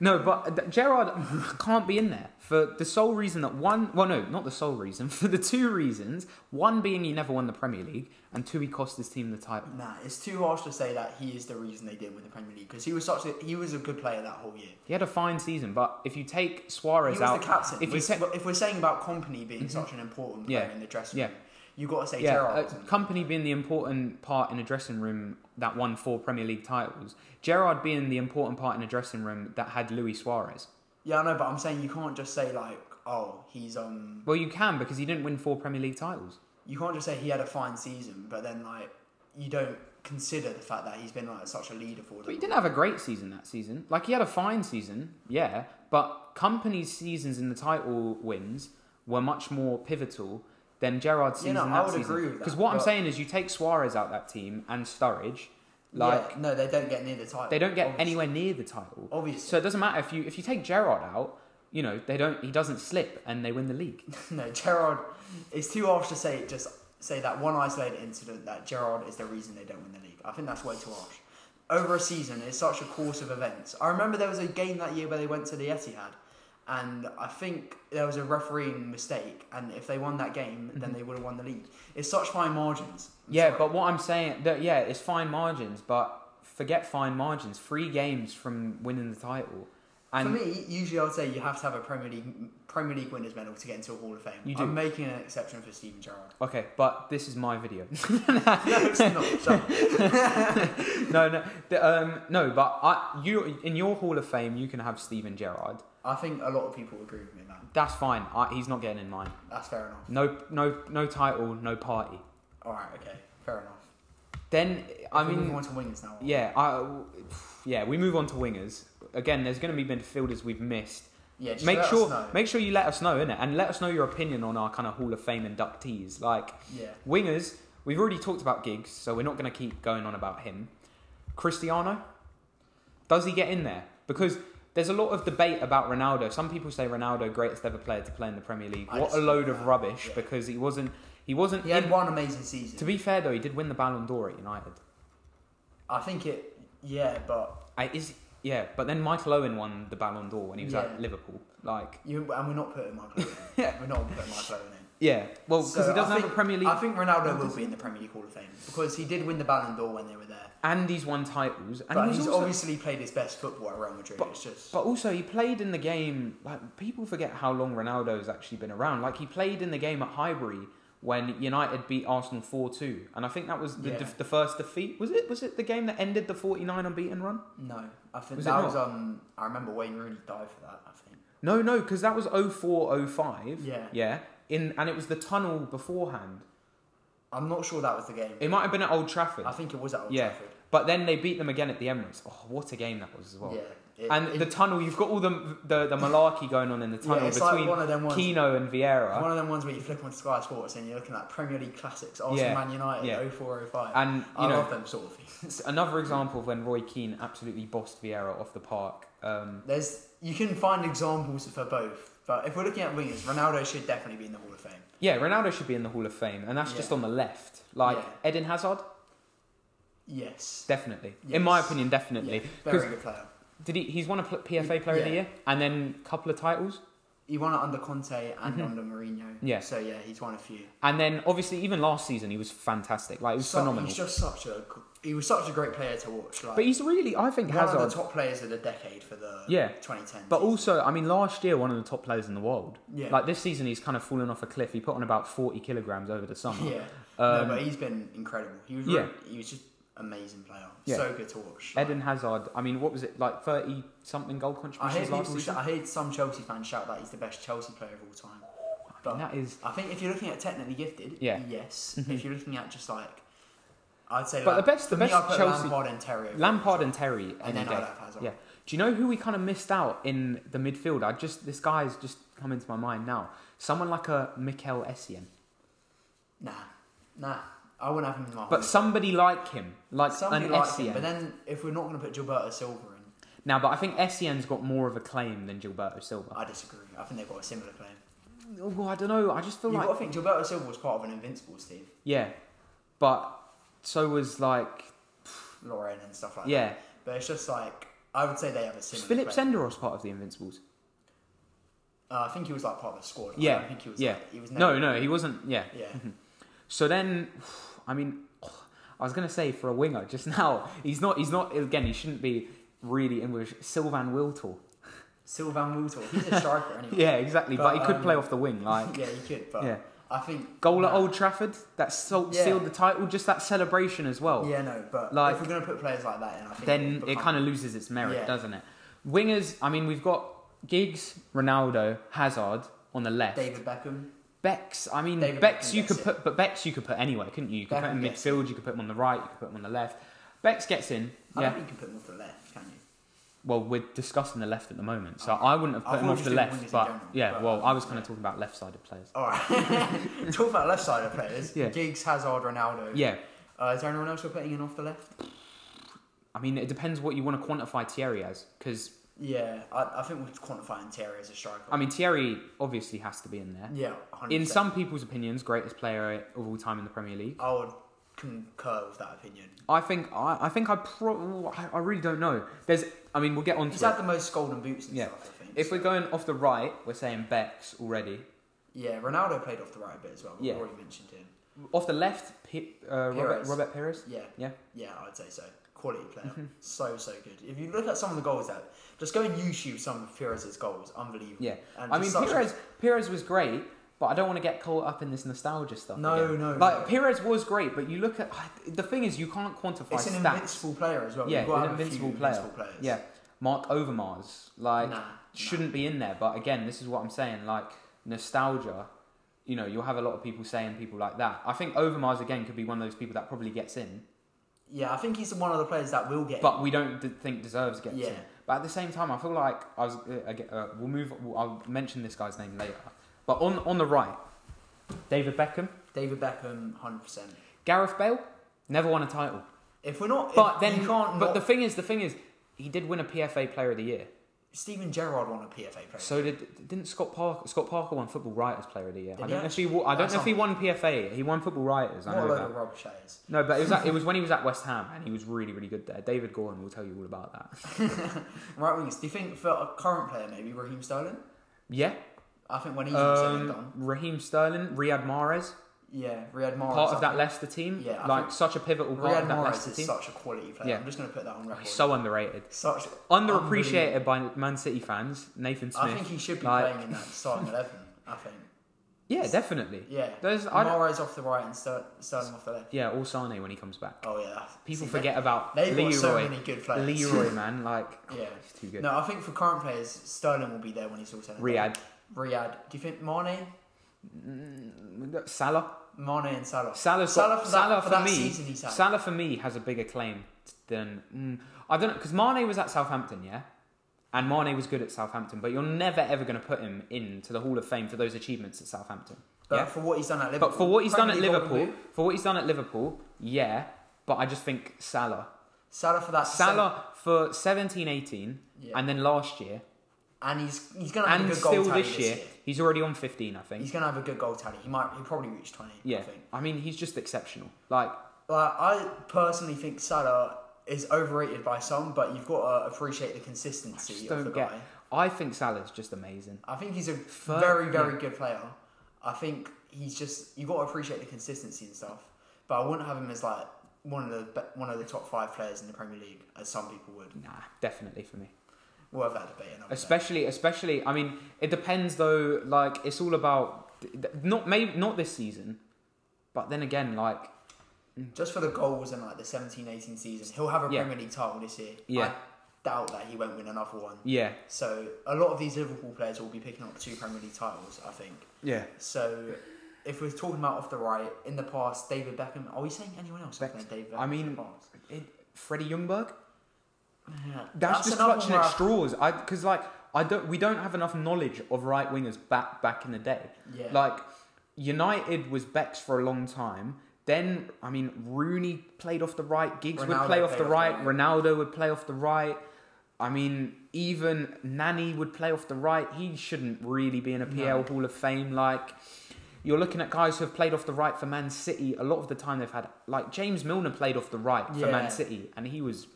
Speaker 1: no, but th- Gerard can't be in there for the sole reason that one. Well, no, not the sole reason. For the two reasons, one being he never won the Premier League, and two, he cost his team the title.
Speaker 2: Nah, it's too harsh to say that he is the reason they didn't win the Premier League because he was such a he was a good player that whole year.
Speaker 1: He had a fine season, but if you take Suarez
Speaker 2: he was
Speaker 1: out,
Speaker 2: the captain.
Speaker 1: if
Speaker 2: If,
Speaker 1: you
Speaker 2: we're,
Speaker 1: take
Speaker 2: if we're saying about company being such an important player
Speaker 1: Yeah.
Speaker 2: in the dressing
Speaker 1: Yeah.
Speaker 2: room, you got to say
Speaker 1: Yeah,
Speaker 2: Gerrard.
Speaker 1: uh,
Speaker 2: wasn't.
Speaker 1: company being the important part in a dressing room that won four Premier League titles. Gerard being the important part in a dressing room that had Luis Suarez.
Speaker 2: yeah, I know, but I'm saying you can't just say like, oh, he's um,
Speaker 1: Well, you can because he didn't win four Premier League titles.
Speaker 2: you can't just say he had a fine season, but then like you don't consider the fact that he's been like such a leader for them.
Speaker 1: But he didn't have a great season that season. Like he had a fine season, yeah, but company's seasons in the title wins were much more pivotal than Gerard's
Speaker 2: Yeah,
Speaker 1: season
Speaker 2: no, I
Speaker 1: that
Speaker 2: would
Speaker 1: season.
Speaker 2: agree with that,
Speaker 1: Because what I'm
Speaker 2: but-
Speaker 1: saying is, you take Suarez out that team and Sturridge,
Speaker 2: Yeah,
Speaker 1: like
Speaker 2: no, they don't get near the title.
Speaker 1: they don't get
Speaker 2: obviously.
Speaker 1: anywhere near the title.
Speaker 2: Obviously,
Speaker 1: So it doesn't matter if you if you take Gerard out, you know they don't he doesn't slip and they win the league.
Speaker 2: no, Gerard. It's too harsh to say just say that one isolated incident that Gerard is the reason they don't win the league. I think that's way too harsh. Over a season, it's such a course of events. I remember there was a game that year where they went to the Etihad, and I think there was a refereeing mistake, and if they won that game, then they would have won the league. It's such fine margins. I'm
Speaker 1: Mm-hmm. yeah,
Speaker 2: sorry.
Speaker 1: but what I'm saying, that, yeah, it's fine margins, but forget fine margins. Three games from winning the title, and
Speaker 2: for me, usually I'd say you have to have a Premier League Premier League winners medal to get into a Hall of Fame.
Speaker 1: You do.
Speaker 2: I'm making an exception for Steven Gerrard.
Speaker 1: okay, but this is my video.
Speaker 2: no, it's not. Shut up.
Speaker 1: no, no, the, um, no. But I, you in your Hall of Fame, you can have Steven Gerrard.
Speaker 2: I think a lot of people agree with me on that.
Speaker 1: That's fine. I, he's not getting in mine.
Speaker 2: That's fair enough.
Speaker 1: No, no, no title, no party.
Speaker 2: All right, okay, fair enough.
Speaker 1: Then I
Speaker 2: If we move
Speaker 1: mean,
Speaker 2: on to wingers now.
Speaker 1: yeah, I, yeah. We move on to wingers again. There's going to be midfielders we've missed.
Speaker 2: yeah. Just
Speaker 1: make
Speaker 2: let us
Speaker 1: sure,
Speaker 2: know.
Speaker 1: make sure you let us know in it, and let us know your opinion on our kind of Hall of Fame inductees. Like
Speaker 2: yeah,
Speaker 1: wingers, we've already talked about gigs, so we're not going to keep going on about him. Cristiano, does he get in there? Because there's a lot of debate about Ronaldo. Some people say Ronaldo greatest ever player to play in the Premier League.
Speaker 2: I
Speaker 1: what a
Speaker 2: disagree
Speaker 1: load
Speaker 2: with
Speaker 1: of
Speaker 2: that.
Speaker 1: rubbish
Speaker 2: Yeah.
Speaker 1: because he wasn't he wasn't
Speaker 2: he had
Speaker 1: in-
Speaker 2: one amazing season.
Speaker 1: to be fair though, he did win the Ballon d'Or at United.
Speaker 2: I think it. Yeah, but
Speaker 1: I is yeah, but then Michael Owen won the Ballon d'Or when he was
Speaker 2: Yeah.
Speaker 1: at Liverpool. Like
Speaker 2: you and we're not putting Michael. Owen in.
Speaker 1: Yeah.
Speaker 2: We're not putting Michael Owen in.
Speaker 1: yeah, well because
Speaker 2: So
Speaker 1: he doesn't
Speaker 2: I
Speaker 1: have
Speaker 2: think-
Speaker 1: a Premier League
Speaker 2: I think Ronaldo will be in the Premier League Hall of Fame because he did win the Ballon d'Or when they were there.
Speaker 1: and he's won titles and
Speaker 2: but
Speaker 1: he was
Speaker 2: he's
Speaker 1: also-
Speaker 2: obviously played his best football at Real Madrid.
Speaker 1: But-
Speaker 2: it's just
Speaker 1: But also, he played in the game. Like people forget how long Ronaldo's actually been around. Like he played in the game at Highbury when United beat Arsenal four two, and I think that was the,
Speaker 2: Yeah.
Speaker 1: the first defeat. Was it? Was it the game that ended the forty nine unbeaten run?
Speaker 2: no, I think
Speaker 1: Was it
Speaker 2: that
Speaker 1: not?
Speaker 2: was um. I remember Wayne Rooney died for that. I think.
Speaker 1: No, no, because that was 0405.
Speaker 2: Yeah.
Speaker 1: Yeah. In and it was the tunnel beforehand.
Speaker 2: I'm not sure that was the game.
Speaker 1: It might have been at Old Trafford,
Speaker 2: I think it was at Old
Speaker 1: Yeah.
Speaker 2: Trafford.
Speaker 1: but then they beat them again at the Emirates. Oh, what a game that was as well.
Speaker 2: Yeah. It-
Speaker 1: And
Speaker 2: it-
Speaker 1: the tunnel, you've got all the the, the malarkey going on in the tunnel
Speaker 2: yeah, it's
Speaker 1: between
Speaker 2: like one of them ones.
Speaker 1: Keno and Vieira.
Speaker 2: One of them ones where you flick on Sky Sports and you're looking at Premier League classics, Arsenal,
Speaker 1: Yeah.
Speaker 2: Man United,
Speaker 1: Yeah.
Speaker 2: 0405.
Speaker 1: and you
Speaker 2: I
Speaker 1: know,
Speaker 2: love them sort of things.
Speaker 1: Another example of when Roy Keane absolutely bossed Vieira off the park. Um,
Speaker 2: There's you can find examples for both, but if we're looking at wingers, Ronaldo should definitely be in the Hall of Fame.
Speaker 1: yeah, Ronaldo should be in the Hall of Fame, and that's just
Speaker 2: Yeah.
Speaker 1: on the left. Like
Speaker 2: Yeah.
Speaker 1: Eden Hazard,
Speaker 2: Yes,
Speaker 1: definitely. In my
Speaker 2: Yes.
Speaker 1: opinion, definitely.
Speaker 2: Yeah,
Speaker 1: Because
Speaker 2: very good player.
Speaker 1: did he? He's won a pl- PFA Player of the
Speaker 2: Yeah.
Speaker 1: Year, and then a couple of titles,
Speaker 2: He won it under Conte and
Speaker 1: Mhm.
Speaker 2: under Mourinho.
Speaker 1: Yeah.
Speaker 2: So yeah, he's won a few.
Speaker 1: and then obviously even last season he was fantastic. Like he was
Speaker 2: So-
Speaker 1: phenomenal.
Speaker 2: He's just such a g- he was such a great player to watch. Like
Speaker 1: but he's really, I think
Speaker 2: one of
Speaker 1: Hazard.
Speaker 2: the top players of the decade for the
Speaker 1: Yeah.
Speaker 2: 2010.
Speaker 1: But also, I mean, last year one of the top players in the world.
Speaker 2: yeah,
Speaker 1: Like this season, he's kind of fallen off a cliff. He put on about forty kilograms over the summer.
Speaker 2: yeah.
Speaker 1: Um,
Speaker 2: no, but he's been incredible. He was
Speaker 1: yeah.
Speaker 2: really, he was just amazing player.
Speaker 1: Yeah.
Speaker 2: So good to watch.
Speaker 1: Eden Hazard. I mean, what was it like? Thirty something goal
Speaker 2: I heard
Speaker 1: contributions last
Speaker 2: people. sh-
Speaker 1: season.
Speaker 2: I heard some Chelsea fans shout that he's the best Chelsea player of all time. But
Speaker 1: that is.
Speaker 2: I think if you're looking at technically gifted,
Speaker 1: Yeah.
Speaker 2: yes.
Speaker 1: Mhm.
Speaker 2: if you're looking at just like, I'd say.
Speaker 1: But
Speaker 2: Lam-
Speaker 1: the best- the
Speaker 2: for me,
Speaker 1: best
Speaker 2: I'd put
Speaker 1: Chelsea-
Speaker 2: Lampard and Terry. over
Speaker 1: Lampard
Speaker 2: him.
Speaker 1: and Terry
Speaker 2: and
Speaker 1: any
Speaker 2: then
Speaker 1: day.
Speaker 2: I'd have Hazard.
Speaker 1: Yeah. Do you know who we kind of missed out in the midfield? I just this guy's just come into my mind now. Someone like a Mikel Essien,
Speaker 2: Nah, nah. I wouldn't have him in my.
Speaker 1: but somebody like him, like
Speaker 2: somebody
Speaker 1: an E
Speaker 2: like
Speaker 1: Essien.
Speaker 2: him. But then if we're not going to put Gilberto Silva in,
Speaker 1: now, but I think Essien's got more of a claim than Gilberto Silva. Oh,
Speaker 2: I disagree. I think they've got a similar claim.
Speaker 1: Well, I don't know. I just feel
Speaker 2: You've
Speaker 1: like
Speaker 2: got to think Gilberto Silva was part of an Invincibles team,
Speaker 1: yeah, but so was like
Speaker 2: Lauren and stuff like that.
Speaker 1: yeah.
Speaker 2: But it's just like I would say they have a
Speaker 1: Was
Speaker 2: similar.
Speaker 1: Philip
Speaker 2: claim.
Speaker 1: Senderos part of the Invincibles?
Speaker 2: Uh, I think he was like part of the squad. I
Speaker 1: Yeah,
Speaker 2: don't think he was.
Speaker 1: yeah.
Speaker 2: Like, he was
Speaker 1: No,
Speaker 2: never-
Speaker 1: no, Mm-hmm. he wasn't. Yeah,
Speaker 2: Yeah.
Speaker 1: So then, I mean, I was gonna say for a winger just now, he's not. He's not. Again, he shouldn't be really English. Sylvan Wiltor.
Speaker 2: Sylvan Wiltor. He's a striker anyway.
Speaker 1: Yeah, exactly. But,
Speaker 2: But,
Speaker 1: he could
Speaker 2: um,
Speaker 1: play off the wing, like
Speaker 2: yeah, you could, but
Speaker 1: yeah.
Speaker 2: I think
Speaker 1: Goal at
Speaker 2: no.
Speaker 1: Old Trafford that so-
Speaker 2: Yeah.
Speaker 1: sealed the title. Just that celebration as well.
Speaker 2: Yeah, no, but
Speaker 1: Like-
Speaker 2: if we're gonna put players like that in, I think
Speaker 1: Then
Speaker 2: will
Speaker 1: it
Speaker 2: become-
Speaker 1: kind of loses its merit,
Speaker 2: Yeah.
Speaker 1: doesn't it? Wingers. I mean, we've got Giggs, Ronaldo, Hazard on the left.
Speaker 2: David Beckham.
Speaker 1: Bex, I mean
Speaker 2: David
Speaker 1: Bex,
Speaker 2: Beckham
Speaker 1: you
Speaker 2: gets
Speaker 1: could
Speaker 2: it.
Speaker 1: put, but Bex you could put anywhere, couldn't you? You could put him
Speaker 2: Beckham
Speaker 1: in
Speaker 2: gets
Speaker 1: midfield, you could put him on the right, you could put him on the left. Bex gets in,
Speaker 2: I
Speaker 1: yeah.
Speaker 2: don't think you can put them off the left, can you?
Speaker 1: Well, we're discussing the left at the moment, so
Speaker 2: Okay.
Speaker 1: I wouldn't have
Speaker 2: Oh. I
Speaker 1: put him
Speaker 2: thought
Speaker 1: off
Speaker 2: we
Speaker 1: the
Speaker 2: were just doing wingers
Speaker 1: left,
Speaker 2: in
Speaker 1: but
Speaker 2: general,
Speaker 1: yeah.
Speaker 2: but-
Speaker 1: Well, I was kind of talking about left-sided players.
Speaker 2: All right. Talk about left side of players.
Speaker 1: Yeah.
Speaker 2: Giggs, Hazard, Ronaldo.
Speaker 1: Yeah,
Speaker 2: Uh, is there anyone else you're putting in off the left?
Speaker 1: I mean it depends what you want to quantify Thierry as, because
Speaker 2: Yeah, I, I think we're quantifying Terry as a striker.
Speaker 1: I mean Thierry obviously has to be in there.
Speaker 2: yeah, 100%.
Speaker 1: In some people's opinions, greatest player of all time in the Premier League.
Speaker 2: I would concur with that opinion.
Speaker 1: I think I, I think I pro- I I really don't know. There's, I mean, we'll get on to
Speaker 2: He's
Speaker 1: it.
Speaker 2: had the most golden boots and
Speaker 1: Yeah.
Speaker 2: stuff. I think.
Speaker 1: If we're going off the right, we're saying Beck's already.
Speaker 2: Yeah, Ronaldo played off the right a bit as well. We've
Speaker 1: Yeah.
Speaker 2: already mentioned him.
Speaker 1: Off the left, P- uh, Robert,
Speaker 2: Pires.
Speaker 1: Robert Pires.
Speaker 2: Yeah.
Speaker 1: Yeah. Mm-hmm.
Speaker 2: Yeah, I'd say so. Quality player. So, so good. If you look at some of the goals out, just go and YouTube some of Pires' goals. Unbelievable.
Speaker 1: Yeah.
Speaker 2: And
Speaker 1: I mean,
Speaker 2: just such a-
Speaker 1: Pires, Pires was great, but I don't want to get caught up in this nostalgia stuff.
Speaker 2: No,
Speaker 1: again.
Speaker 2: no,
Speaker 1: Like,
Speaker 2: no.
Speaker 1: Pires was great, but you look at. The thing is, you can't quantify
Speaker 2: It's an
Speaker 1: stats.
Speaker 2: invincible player as well.
Speaker 1: yeah,
Speaker 2: We've got to
Speaker 1: an
Speaker 2: have a few
Speaker 1: invincible player.
Speaker 2: invincible players.
Speaker 1: Yeah. Mark Overmars. Like,
Speaker 2: Nah, nah.
Speaker 1: shouldn't be in there. But again, this is what I'm saying. Like nostalgia, you know, you'll have a lot of people saying people like that. I think Overmars again could be one of those people that probably gets in,
Speaker 2: Yeah, I think he's one of the players that will get.
Speaker 1: but we don't d- think deserves gets
Speaker 2: Yeah.
Speaker 1: in. But at the same time, I feel like I was. Uh, again, uh, we'll move. I'll mention this guy's name later. But on on the right, David Beckham,
Speaker 2: David Beckham, hundred percent.
Speaker 1: Gareth Bale, never won a title.
Speaker 2: If we're not,
Speaker 1: But
Speaker 2: if
Speaker 1: then,
Speaker 2: you can't.
Speaker 1: but
Speaker 2: not,
Speaker 1: the thing is, the thing is, he did win a PFA Player of the Year.
Speaker 2: Steven Gerrard won a PFA player.
Speaker 1: So did didn't Scott Parker? Scott Parker won Football Writers Player of the Year.
Speaker 2: Did
Speaker 1: I
Speaker 2: he
Speaker 1: don't know if he. wa- I don't
Speaker 2: That's
Speaker 1: know if he won PFA. He won Football Writers. I
Speaker 2: what a
Speaker 1: know
Speaker 2: load
Speaker 1: that.
Speaker 2: of rubbish that is.
Speaker 1: No, but it was at, it was when he was at West Ham and he was really really good there. David Gordon will tell you all about that.
Speaker 2: Right wings. Do you think for a current player maybe Raheem Sterling?
Speaker 1: Yeah,
Speaker 2: I think when he's also
Speaker 1: um,
Speaker 2: gone.
Speaker 1: Raheem Sterling, Riyad Mahrez,
Speaker 2: Yeah, Riyad Mahrez.
Speaker 1: part of
Speaker 2: I
Speaker 1: that Leicester team.
Speaker 2: Yeah, I
Speaker 1: like
Speaker 2: think
Speaker 1: such a pivotal
Speaker 2: think-
Speaker 1: part
Speaker 2: Riyad
Speaker 1: of that
Speaker 2: Mahrez
Speaker 1: Leicester
Speaker 2: is
Speaker 1: team.
Speaker 2: such a quality player.
Speaker 1: Yeah. Oh,
Speaker 2: I'm just going to put that on record.
Speaker 1: He's so underrated,
Speaker 2: Such unbelievable.
Speaker 1: underappreciated by Man City fans. Nathan Smith.
Speaker 2: I think he should be
Speaker 1: like-
Speaker 2: playing in that starting eleven. I think.
Speaker 1: yeah, definitely.
Speaker 2: Yeah.
Speaker 1: There's I don't-
Speaker 2: Mahrez off the right and Ster- Sterling off the left.
Speaker 1: yeah, or Sane when he comes back.
Speaker 2: Oh yeah.
Speaker 1: People
Speaker 2: See,
Speaker 1: forget about
Speaker 2: They, they've
Speaker 1: Leroy.
Speaker 2: got so many good players.
Speaker 1: Leroy, man, like
Speaker 2: Yeah.
Speaker 1: he's too good.
Speaker 2: No, I think for current players, Sterling will be there when he's also
Speaker 1: Riyad,
Speaker 2: Riyad. Do you think Mane,
Speaker 1: Mm, Salah,
Speaker 2: Mane and Salah?
Speaker 1: Salah's
Speaker 2: Salah
Speaker 1: got-
Speaker 2: for that-
Speaker 1: Salah
Speaker 2: for
Speaker 1: for,
Speaker 2: that
Speaker 1: me.
Speaker 2: season he's had.
Speaker 1: Salah for me has a bigger claim than mm, I don't know because Mane was at Southampton, yeah, and Mane was good at Southampton, but you're never ever going to put him into the Hall of Fame for those achievements at Southampton.
Speaker 2: But
Speaker 1: yeah?
Speaker 2: for what he's done at Liverpool,
Speaker 1: but for what he's done at
Speaker 2: Premier League Golden
Speaker 1: Liverpool,
Speaker 2: Boot,
Speaker 1: for what he's done at Liverpool, yeah. But I just think Salah,
Speaker 2: Salah for that,
Speaker 1: Salah for 17, 18,
Speaker 2: Yeah.
Speaker 1: and then last year,
Speaker 2: and he's he's gonna have a
Speaker 1: and
Speaker 2: good goal
Speaker 1: still
Speaker 2: tally
Speaker 1: this year, he's alady on 15, I think.
Speaker 2: He's gonna have a good goal tally. He might, he probably reach twenty.
Speaker 1: yeah,
Speaker 2: I think.
Speaker 1: I mean he's just exceptional. Like
Speaker 2: Like, I personally think Salah is overrated by some, but you've got to appreciate the consistency
Speaker 1: just
Speaker 2: of the
Speaker 1: don't get.
Speaker 2: guy.
Speaker 1: I think Salah's just amazing.
Speaker 2: I think he's a
Speaker 1: Fir-
Speaker 2: very, very
Speaker 1: yeah.
Speaker 2: good player. I think he's just you got to appreciate the consistency and stuff. But I wouldn't have him as like one of the be- one of the top five players in the Premier League, as some people would.
Speaker 1: Nah, definitely for me.
Speaker 2: We'll have that debate another day.
Speaker 1: Especially, especially. I mean, it depends though. Like, it's all about th- th- not maybe not this season, but then again, like,
Speaker 2: Just for the goals and like the 17-18 season, he'll have a
Speaker 1: Yeah.
Speaker 2: Premier League title this year.
Speaker 1: Yeah.
Speaker 2: I doubt that he won't win another one.
Speaker 1: yeah,
Speaker 2: So a lot of these Liverpool players will be picking up two Premier League titles, I think.
Speaker 1: yeah.
Speaker 2: So if we're talking about off the right, in the past, David Beckham. Are we saying anyone else? other than David Beckham
Speaker 1: I
Speaker 2: in
Speaker 1: mean,
Speaker 2: the past?
Speaker 1: It, Freddie Youngberg.
Speaker 2: Yeah.
Speaker 1: That's, just
Speaker 2: another
Speaker 1: clutching
Speaker 2: one
Speaker 1: at
Speaker 2: where I
Speaker 1: straws. I because like I don't. We don't have enough knowledge of right wingers back back in the day.
Speaker 2: Yeah.
Speaker 1: Like United was Beck's for a long time. Then I mean Rooney played off the right, Giggs would
Speaker 2: Ronaldo
Speaker 1: play off
Speaker 2: played
Speaker 1: the
Speaker 2: off the
Speaker 1: right,
Speaker 2: right.
Speaker 1: Ronaldo would play off the right. I mean even Nani would play off the right. He shouldn't really be in a PL
Speaker 2: No.
Speaker 1: Hall of Fame. Like you're looking at guys who have played off the right for Man City. A lot of the time they've had like James Milner played off the right for
Speaker 2: Yeah.
Speaker 1: Man City, and he was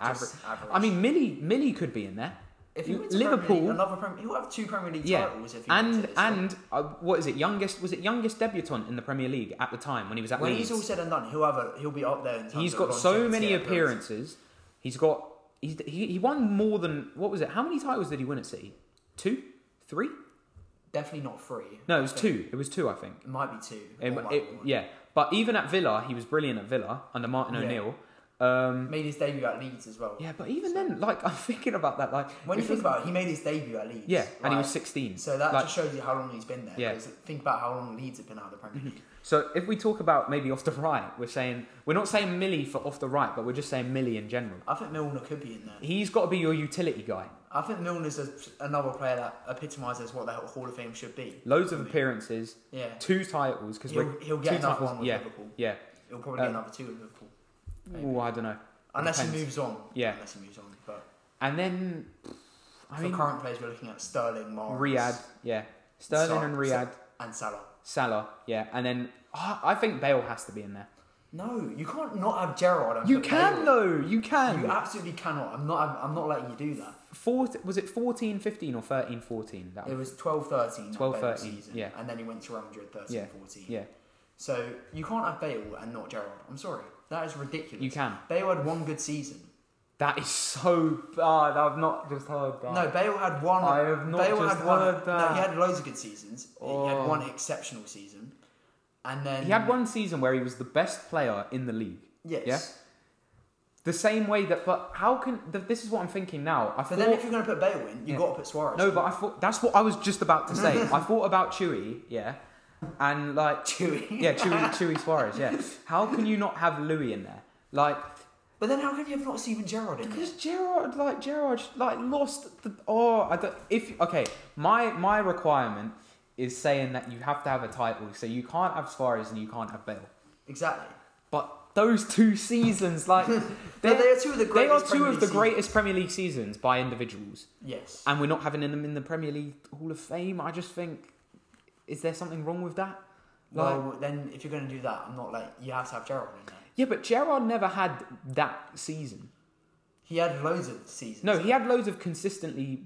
Speaker 1: average.
Speaker 2: Just average.
Speaker 1: I mean Millie Millie could be in there.
Speaker 2: If you went to Premier League,
Speaker 1: Liverpool,
Speaker 2: another Premier, he'll have two Premier League
Speaker 1: yeah,
Speaker 2: titles. If he went
Speaker 1: and
Speaker 2: to this one.
Speaker 1: and uh, what is it? Youngest was it youngest debutant in the Premier League at the time when he was at
Speaker 2: when
Speaker 1: Leeds.
Speaker 2: he's all said and done, he'll have a, he'll be up there. In terms
Speaker 1: he's
Speaker 2: of
Speaker 1: got so
Speaker 2: longevity
Speaker 1: many
Speaker 2: and appearance.
Speaker 1: appearances. He's got he's, he he won more than what was it? How many titles did he win at City? Two, three?
Speaker 2: Definitely not three.
Speaker 1: No, it was
Speaker 2: I think.
Speaker 1: two. It was two, I think.
Speaker 2: It might be two.
Speaker 1: It-
Speaker 2: or might
Speaker 1: it-
Speaker 2: be one.
Speaker 1: yeah, but even at Villa, he was brilliant at Villa under Martin
Speaker 2: Yeah.
Speaker 1: O'Neill. Um,
Speaker 2: Made his debut at Leeds as well.
Speaker 1: yeah, but even then, like I'm thinking about that, like
Speaker 2: When you
Speaker 1: if it's-
Speaker 2: think about it, he made his debut at Leeds.
Speaker 1: yeah, and he
Speaker 2: right?
Speaker 1: was 16.
Speaker 2: So that
Speaker 1: like,
Speaker 2: just shows you how long he's been there.
Speaker 1: Yeah. Mhm.
Speaker 2: 'cause Think about how long Leeds have been out of the Premier League.
Speaker 1: So if we talk about maybe off the right, we're saying we're not saying Millie for off the right, but we're just saying Millie in general.
Speaker 2: I think Milner could be in there.
Speaker 1: He's got to be your utility guy.
Speaker 2: I think Milner's a, another player that epitomises what the Hall of Fame should be.
Speaker 1: Loads of appearances,
Speaker 2: Yeah.
Speaker 1: two titles because
Speaker 2: He'll,
Speaker 1: we're
Speaker 2: he'll
Speaker 1: two
Speaker 2: get another
Speaker 1: titles,
Speaker 2: one with
Speaker 1: yeah,
Speaker 2: Liverpool.
Speaker 1: yeah.
Speaker 2: He'll probably get
Speaker 1: Um,
Speaker 2: another two with Liverpool. Maybe.
Speaker 1: Ooh, I don't know.
Speaker 2: Unless he
Speaker 1: depends.
Speaker 2: moves on.
Speaker 1: Yeah.
Speaker 2: Unless he moves on. But
Speaker 1: And then I
Speaker 2: for
Speaker 1: mean
Speaker 2: current players, we're looking at Sterling, Morris,
Speaker 1: Riyadh, yeah, Sterling
Speaker 2: Sa-
Speaker 1: and Riyadh,
Speaker 2: and Salah.
Speaker 1: Salah, yeah, and then ah, I think Bale has to be in there.
Speaker 2: No, you can't not have Gerard. And
Speaker 1: You
Speaker 2: put
Speaker 1: can
Speaker 2: Bale.
Speaker 1: though. You can.
Speaker 2: You absolutely cannot. I'm not. I'm not letting you do that.
Speaker 1: Four, was it 14 15 or 13 14? That
Speaker 2: It was 12-13 that
Speaker 1: 12,
Speaker 2: Bale
Speaker 1: 13,
Speaker 2: season,
Speaker 1: yeah.
Speaker 2: and then he went to Real Madrid 13-14.
Speaker 1: Yeah, yeah.
Speaker 2: So you can't have Bale and not Gerard. I'm sorry, that is ridiculous.
Speaker 1: You can.
Speaker 2: Bale had one good season.
Speaker 1: That is so bad. I've not just heard that.
Speaker 2: No, Bale had one.
Speaker 1: I have not
Speaker 2: Bale
Speaker 1: just
Speaker 2: had one,
Speaker 1: heard that.
Speaker 2: No, he had loads of good seasons. He
Speaker 1: Oh.
Speaker 2: had one exceptional season, and then
Speaker 1: He had one season where he was the best player in the league.
Speaker 2: Yes.
Speaker 1: Yeah? The same way that, but how can th- this is what I'm thinking now? I
Speaker 2: But
Speaker 1: thought
Speaker 2: then if you're going to put Bale in, you've
Speaker 1: Yeah.
Speaker 2: got to put Suarez.
Speaker 1: no, but I thought that's what I was just about to say. I thought about Chewy, yeah, and like
Speaker 2: Chewy.
Speaker 1: yeah, Chewy, Chewy Suarez, yeah. How can you not have Louis in there? Like
Speaker 2: But then how can you have not Steven Gerrard in? there?
Speaker 1: Because Gerard, like Gerard, like lost the. Oh, I don't. If okay, my my requirement is saying that you have to have a title, so you can't have Suarez and you can't have Bale.
Speaker 2: Exactly.
Speaker 1: But those two seasons, like they're,
Speaker 2: But they are two of the
Speaker 1: they are
Speaker 2: greatest
Speaker 1: two
Speaker 2: Premier
Speaker 1: of the
Speaker 2: League
Speaker 1: greatest Premier League seasons by individuals,
Speaker 2: Yes.
Speaker 1: and we're not having them in the Premier League Hall of Fame. I just think, is there something wrong with that? Like,
Speaker 2: well, then if you're going to do that, I'm not like you have to have Gerrard in there.
Speaker 1: yeah, but Gerard never had that season.
Speaker 2: He had loads of seasons.
Speaker 1: No, he had loads of consistently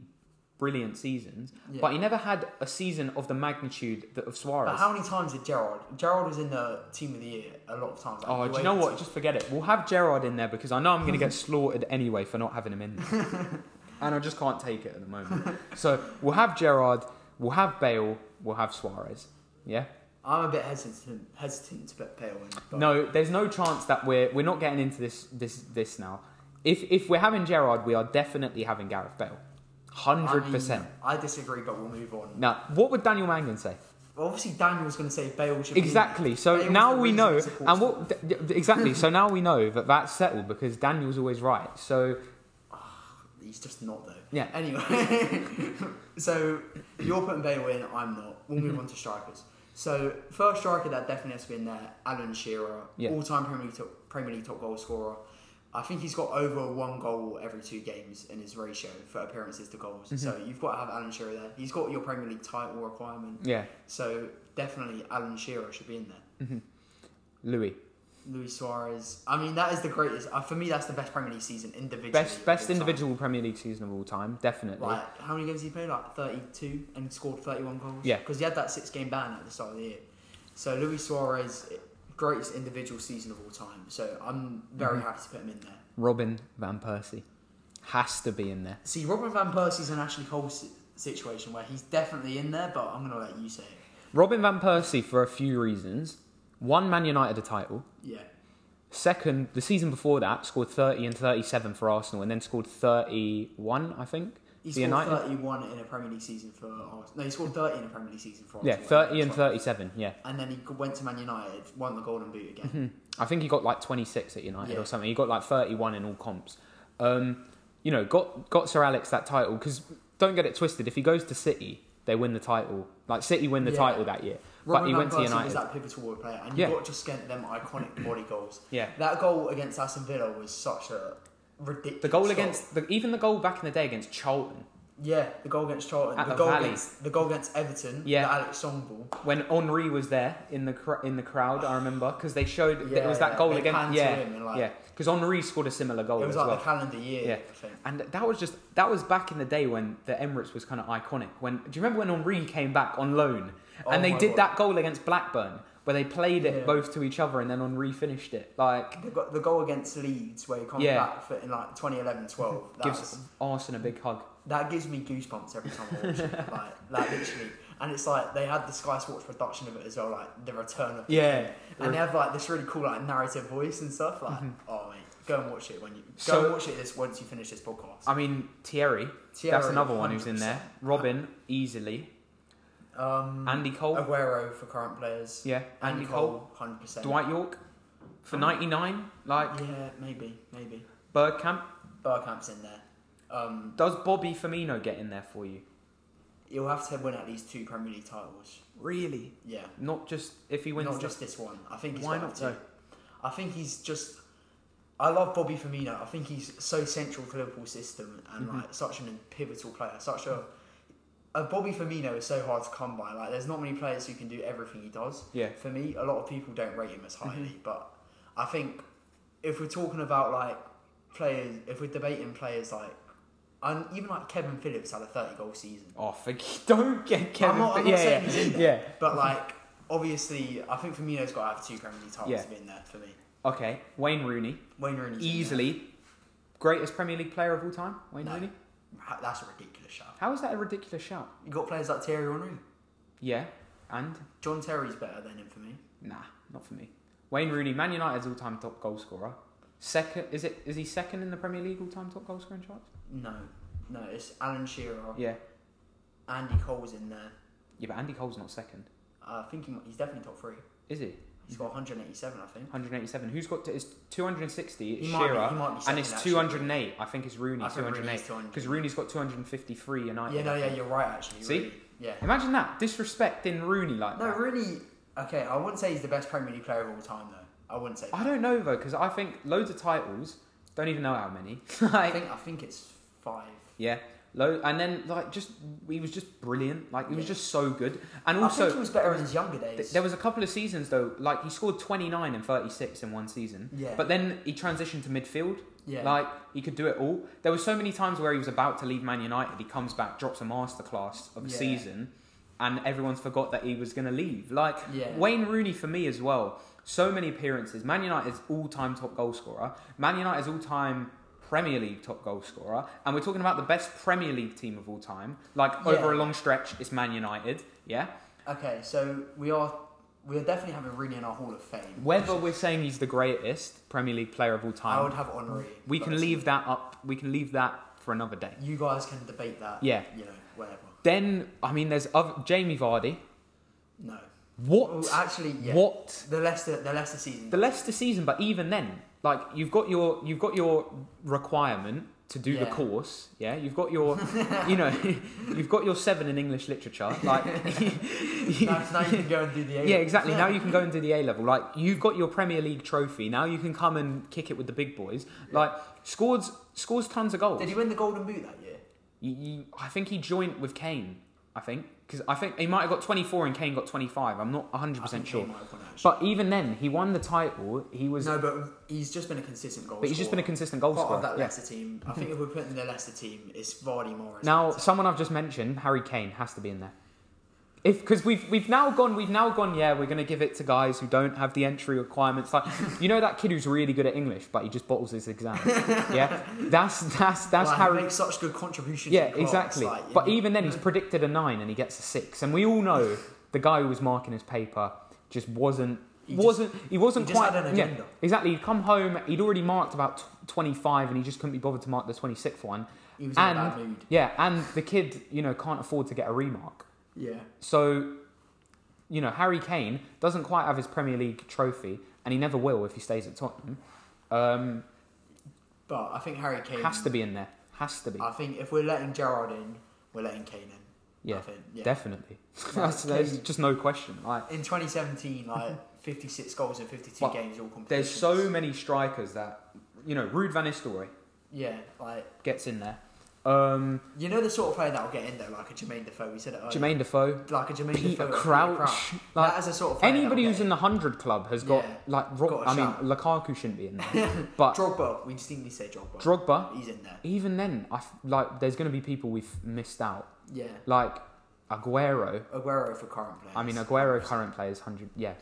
Speaker 1: brilliant seasons,
Speaker 2: Yeah.
Speaker 1: but he never had a season of the magnitude that of Suarez.
Speaker 2: But how many times did Gerrard? Gerrard was in the team of the year a lot of times. like,
Speaker 1: oh, do you
Speaker 2: UEFA
Speaker 1: know what?
Speaker 2: team.
Speaker 1: Just forget it. We'll have Gerard in there because I know I'm going to get slaughtered anyway for not having him in there. and I just can't take it at the moment. So we'll have Gerard, we'll have Bale, we'll have Suarez. Yeah?
Speaker 2: I'm a bit hesitant, hesitant to put Bale in. but-
Speaker 1: No, there's no chance that we're we're not getting into this this this now. If if we're having Gerard, we are definitely having Gareth Bale.
Speaker 2: I mean,
Speaker 1: 100%.
Speaker 2: I disagree, but we'll move on.
Speaker 1: now, what would Daniel Mangan say?
Speaker 2: Well, obviously, Daniel's going to say Bale should. be in
Speaker 1: Exactly.
Speaker 2: there.
Speaker 1: So
Speaker 2: Bale's
Speaker 1: now
Speaker 2: the
Speaker 1: we
Speaker 2: reason
Speaker 1: know,
Speaker 2: he supports
Speaker 1: and what d- d- exactly? so now we know that that's settled because Daniel's always right. So
Speaker 2: them. He's just not though.
Speaker 1: Yeah.
Speaker 2: Anyway, so you're putting Bale in. I'm not. We'll move on to strikers. So first striker that definitely has to be in there, Alan Shearer,
Speaker 1: Yeah.
Speaker 2: all-time Premier League, top, Premier League top goal scorer. I think he's got over one goal every two games in his ratio for appearances to goals.
Speaker 1: Mm-hmm.
Speaker 2: So you've got to have Alan Shearer there. He's got your Premier League title requirement.
Speaker 1: yeah,
Speaker 2: So definitely Alan Shearer should be in there.
Speaker 1: Louis,
Speaker 2: Luis Suarez. I mean, that is the greatest. Uh, for me, that's the best Premier League season individually.
Speaker 1: best
Speaker 2: of all
Speaker 1: best
Speaker 2: time.
Speaker 1: individual Premier League season of all time, definitely.
Speaker 2: Like, how many games did he play? Like 32 and scored 31 goals?
Speaker 1: Yeah.
Speaker 2: Because he had that six game ban at the start of the year. So, Luis Suarez, greatest individual season of all time. So, I'm
Speaker 1: Mm-hmm.
Speaker 2: very happy to put him in there.
Speaker 1: Robin van Persie has to be in there.
Speaker 2: See, Robin Van Persie's an Ashley Cole si- situation where he's definitely in there, but I'm going to let you say it.
Speaker 1: Robin van Persie for a few reasons. One, Man United a title.
Speaker 2: Yeah.
Speaker 1: Second, the season before that, scored 30 and 37 for Arsenal, and then scored 31, I think.
Speaker 2: He
Speaker 1: for
Speaker 2: scored 31 in a Premier League season for Arsenal. No, he scored 30 in a Premier League season for
Speaker 1: Yeah,
Speaker 2: Arsenal.
Speaker 1: 30 and 37. Yeah.
Speaker 2: And then he g- went to Man United, won the Golden Boot
Speaker 1: Mm-hmm.
Speaker 2: again.
Speaker 1: I think he got like 26 at United
Speaker 2: Yeah.
Speaker 1: or something. He got like 31 in all comps. Um, you know, got got Sir Alex that title because don't get it twisted. If he goes to City, they win the title. Like City win the
Speaker 2: Yeah.
Speaker 1: title that year,
Speaker 2: Robin
Speaker 1: but he
Speaker 2: Van
Speaker 1: went to
Speaker 2: Persie
Speaker 1: United.
Speaker 2: was that pivotal role player, and you
Speaker 1: Yeah.
Speaker 2: got just get them iconic body goals.
Speaker 1: Yeah,
Speaker 2: That goal against Aston Villa was such a ridiculous.
Speaker 1: the goal against the, even the goal back in the day against Charlton
Speaker 2: yeah, the goal against Charlton,
Speaker 1: At
Speaker 2: the,
Speaker 1: the
Speaker 2: goal
Speaker 1: Valley.
Speaker 2: against the goal against Everton,
Speaker 1: Yeah.
Speaker 2: the Alex Song ball.
Speaker 1: when Henri was there in the cr- in the crowd. I remember because they showed that it was that
Speaker 2: yeah,
Speaker 1: goal
Speaker 2: they
Speaker 1: against
Speaker 2: panned
Speaker 1: yeah
Speaker 2: to him and, like-
Speaker 1: yeah because Henri scored a similar goal
Speaker 2: It was
Speaker 1: as
Speaker 2: like
Speaker 1: well.
Speaker 2: the calendar year
Speaker 1: Yeah.
Speaker 2: thing.
Speaker 1: And that was just that was back in the day when the Emirates was kind of iconic. When do you remember when Henri came back on loan
Speaker 2: Oh
Speaker 1: and they
Speaker 2: my
Speaker 1: did
Speaker 2: God.
Speaker 1: that goal against Blackburn where they played it
Speaker 2: Yeah.
Speaker 1: both to each other and then Henri finished it. Like
Speaker 2: The, go- the goal against Leeds, where he comes
Speaker 1: Yeah.
Speaker 2: back for, in like 2011-12, that,
Speaker 1: gives
Speaker 2: was-
Speaker 1: Arson a big hug.
Speaker 2: that gives me goosebumps every time I watch it. Like, like literally, and it's like they had the Sky Sports production of it as well, like the return of
Speaker 1: Yeah.
Speaker 2: and they have like this really cool like narrative voice and stuff. Like, oh mate, go and watch it when you go
Speaker 1: Mm-hmm. So-
Speaker 2: and watch it this once you finish this podcast.
Speaker 1: I mean Thierry, that's
Speaker 2: Thierry,
Speaker 1: another one who's in there. Robin easily.
Speaker 2: Um,
Speaker 1: Andy Cole.
Speaker 2: Aguero for current players.
Speaker 1: yeah. Andy Cole.
Speaker 2: hundred percent.
Speaker 1: Dwight York for
Speaker 2: Mm.
Speaker 1: ninety nine. Like
Speaker 2: Yeah, maybe, maybe.
Speaker 1: Bergkamp.
Speaker 2: Bergkamp's in there. Um,
Speaker 1: Does Bobby Firmino get in there for you?
Speaker 2: you'll have to win at least two Premier League titles.
Speaker 1: Really?
Speaker 2: Yeah,
Speaker 1: Not just if he wins
Speaker 2: not
Speaker 1: the-
Speaker 2: just this one. I think he's
Speaker 1: Why
Speaker 2: got
Speaker 1: not,
Speaker 2: to have two.
Speaker 1: though?
Speaker 2: I think he's just. I love Bobby Firmino. I think he's so central to Liverpool's system and
Speaker 1: Mhm.
Speaker 2: like such an pivotal player. Such a, a Bobby Firmino is so hard to come by. Like, there's not many players who can do everything he does.
Speaker 1: Yeah. Mm-hmm.
Speaker 2: For me, a lot of people don't rate him as highly, but I think if we're talking about like players, if we're debating players like, and even like Kevin Phillips had a thirty goal season.
Speaker 1: Oh, think, don't get Kevin.
Speaker 2: I'm not, I'm
Speaker 1: Phil-
Speaker 2: not
Speaker 1: yeah,
Speaker 2: saying
Speaker 1: yeah.
Speaker 2: he's in there,
Speaker 1: yeah.
Speaker 2: but like obviously, I think Firmino's got to have two Premier League titles
Speaker 1: Yeah.
Speaker 2: to be in there for me.
Speaker 1: Okay, Wayne Rooney,
Speaker 2: Wayne Rooney's in there.
Speaker 1: easily greatest Premier League player of all time. Wayne
Speaker 2: No.
Speaker 1: Rooney.
Speaker 2: Ha- That's a ridiculous shout.
Speaker 1: How is that a ridiculous shout?
Speaker 2: You got players like Thierry Henry.
Speaker 1: Yeah, and
Speaker 2: John Terry's better than him for me.
Speaker 1: nah, not for me. Wayne Rooney, Man United's all-time top goal scorer. Second, is it? Is he second in the Premier League all-time top goal scoring charts?
Speaker 2: No, no, it's Alan Shearer.
Speaker 1: Yeah,
Speaker 2: Andy Cole's in there.
Speaker 1: yeah, but Andy Cole's not second,
Speaker 2: I think he, might- he's definitely top three.
Speaker 1: is he?
Speaker 2: He's got 187, I think.
Speaker 1: 187. Who's got? To, it's 260. It's
Speaker 2: He might be-
Speaker 1: Shearer,
Speaker 2: he might be
Speaker 1: and
Speaker 2: second,
Speaker 1: it's
Speaker 2: actually.
Speaker 1: 208. I think it's Rooney.
Speaker 2: I think Rooney's
Speaker 1: 208
Speaker 2: 200.
Speaker 1: because Rooney's got 253 United.
Speaker 2: Yeah, no, yeah, you're right, actually.
Speaker 1: See?
Speaker 2: Rooney. Yeah.
Speaker 1: Imagine that disrespecting Rooney like
Speaker 2: No,
Speaker 1: that.
Speaker 2: really. Okay, I wouldn't say he's the best Premier League player of all time, though. I wouldn't say.
Speaker 1: I don't know though because I think loads of titles. Don't even know how many.
Speaker 2: I
Speaker 1: like,
Speaker 2: think I think it's five.
Speaker 1: yeah, low, and then like just he was just brilliant. Like he was
Speaker 2: Yeah.
Speaker 1: just so good. And
Speaker 2: I think
Speaker 1: also
Speaker 2: he was better in his younger days.
Speaker 1: th- there was a couple of seasons though. Like he scored 29 and 36 in one season.
Speaker 2: Yeah.
Speaker 1: But then he transitioned to midfield.
Speaker 2: yeah.
Speaker 1: Like he could do it all. There were so many times where he was about to leave Man United. He comes back, drops a masterclass of the
Speaker 2: Yeah.
Speaker 1: season, and everyone's forgot that he was going to leave. Like
Speaker 2: Yeah.
Speaker 1: Wayne Rooney for me as well. So many appearances. Man United's all-time top goal scorer. Man United's all-time Premier League top goal scorer, and we're talking about the best Premier League team of all time. Like
Speaker 2: Yeah.
Speaker 1: over a long stretch, it's Man United. Yeah.
Speaker 2: okay, so we are we are definitely having Rooney in our Hall of Fame.
Speaker 1: Whether we're saying he's the greatest Premier League player of all
Speaker 2: I
Speaker 1: time,
Speaker 2: would have Henri.
Speaker 1: we
Speaker 2: but
Speaker 1: can leave that up. We can leave that for another day.
Speaker 2: You guys can debate that.
Speaker 1: Yeah.
Speaker 2: You know, whatever.
Speaker 1: Then I mean, there's other Jamie Vardy.
Speaker 2: No.
Speaker 1: What?
Speaker 2: Oh, actually, yeah.
Speaker 1: What?
Speaker 2: The Leicester, the Leicester season.
Speaker 1: The Leicester season, but even then, like you've got your you've got your requirement to do the
Speaker 2: Yeah.
Speaker 1: course. Yeah, you've got your you know you've got your seven in English literature. Like
Speaker 2: now, now you can go and do the. A-
Speaker 1: yeah, exactly. Now you can go and do the A level. Like you've got your Premier League trophy. Now you can come and kick it with the big boys. Like scores scores tons of goals.
Speaker 2: Did he win the Golden Boot that year?
Speaker 1: You, you, I think he joined with Kane. I think because I think he might have got 24 and Kane got 25. I'm not 100
Speaker 2: I think
Speaker 1: percent
Speaker 2: he
Speaker 1: sure.
Speaker 2: might have won, actually.
Speaker 1: But even then, he won the title. He was,
Speaker 2: No, but he's just been a consistent goal.
Speaker 1: but he's just been a consistent goal
Speaker 2: part
Speaker 1: scorer.
Speaker 2: of that
Speaker 1: yeah.
Speaker 2: Leicester team. I think if we're putting the Leicester team, it's Vardy Morris.
Speaker 1: Now, someone I've just mentioned, Harry Kane, has to be in there. If because we've we've now gone we've now gone yeah we're gonna give it to guys who don't have the entry requirements like you know that kid who's really good at English but he just bottles his exam yeah that's that's that's
Speaker 2: like, he
Speaker 1: Harry
Speaker 2: makes such good contributions.
Speaker 1: yeah
Speaker 2: in class,
Speaker 1: exactly
Speaker 2: like,
Speaker 1: but
Speaker 2: you-
Speaker 1: even then he's predicted a nine and he gets a six and we all know the guy who was marking his paper just wasn't
Speaker 2: He just-
Speaker 1: wasn't he wasn't
Speaker 2: he just
Speaker 1: quite
Speaker 2: had an
Speaker 1: yeah,
Speaker 2: agenda.
Speaker 1: exactly he'd come home he'd already marked about tw- 25 and he just couldn't be bothered to mark the 26th one
Speaker 2: he was in
Speaker 1: and
Speaker 2: a bad mood.
Speaker 1: yeah and the kid you know can't afford to get a remark
Speaker 2: Yeah,
Speaker 1: so you know harry kane doesn't quite have his premier league trophy and he never will if he stays at tottenham um,
Speaker 2: but I think Harry Kane
Speaker 1: has to be in there has to be
Speaker 2: I think if we're letting Gerard in, we're letting Kane in. I
Speaker 1: Yeah,
Speaker 2: think, yeah.
Speaker 1: definitely that's,
Speaker 2: Like,
Speaker 1: there's
Speaker 2: Kane-
Speaker 1: just no question like
Speaker 2: in 2017, like 56 goals in 52
Speaker 1: But
Speaker 2: games, all competitions.
Speaker 1: There's so many strikers that you know. Rude Van Nistelrooy
Speaker 2: Yeah, like
Speaker 1: gets in there. Um,
Speaker 2: you know the sort of player that will get in there, like a Jermaine Defoe. We said it earlier.
Speaker 1: Jermaine Defoe,
Speaker 2: like a Jermaine
Speaker 1: Peter
Speaker 2: Defoe,
Speaker 1: Crouch, like
Speaker 2: that is a sort of player
Speaker 1: anybody
Speaker 2: that'll
Speaker 1: who's
Speaker 2: get
Speaker 1: in the hundred club has got
Speaker 2: Yeah,
Speaker 1: like. Rock,
Speaker 2: got a
Speaker 1: I mean, Lukaku shouldn't be in there, but
Speaker 2: Drogba. We distinctly say Drogba.
Speaker 1: Drogba.
Speaker 2: He's in there.
Speaker 1: Even then, I f- like there's going to be people we've missed out,
Speaker 2: Yeah.
Speaker 1: like Aguero.
Speaker 2: Aguero for current players.
Speaker 1: I mean, Aguero current players hundred. Yeah,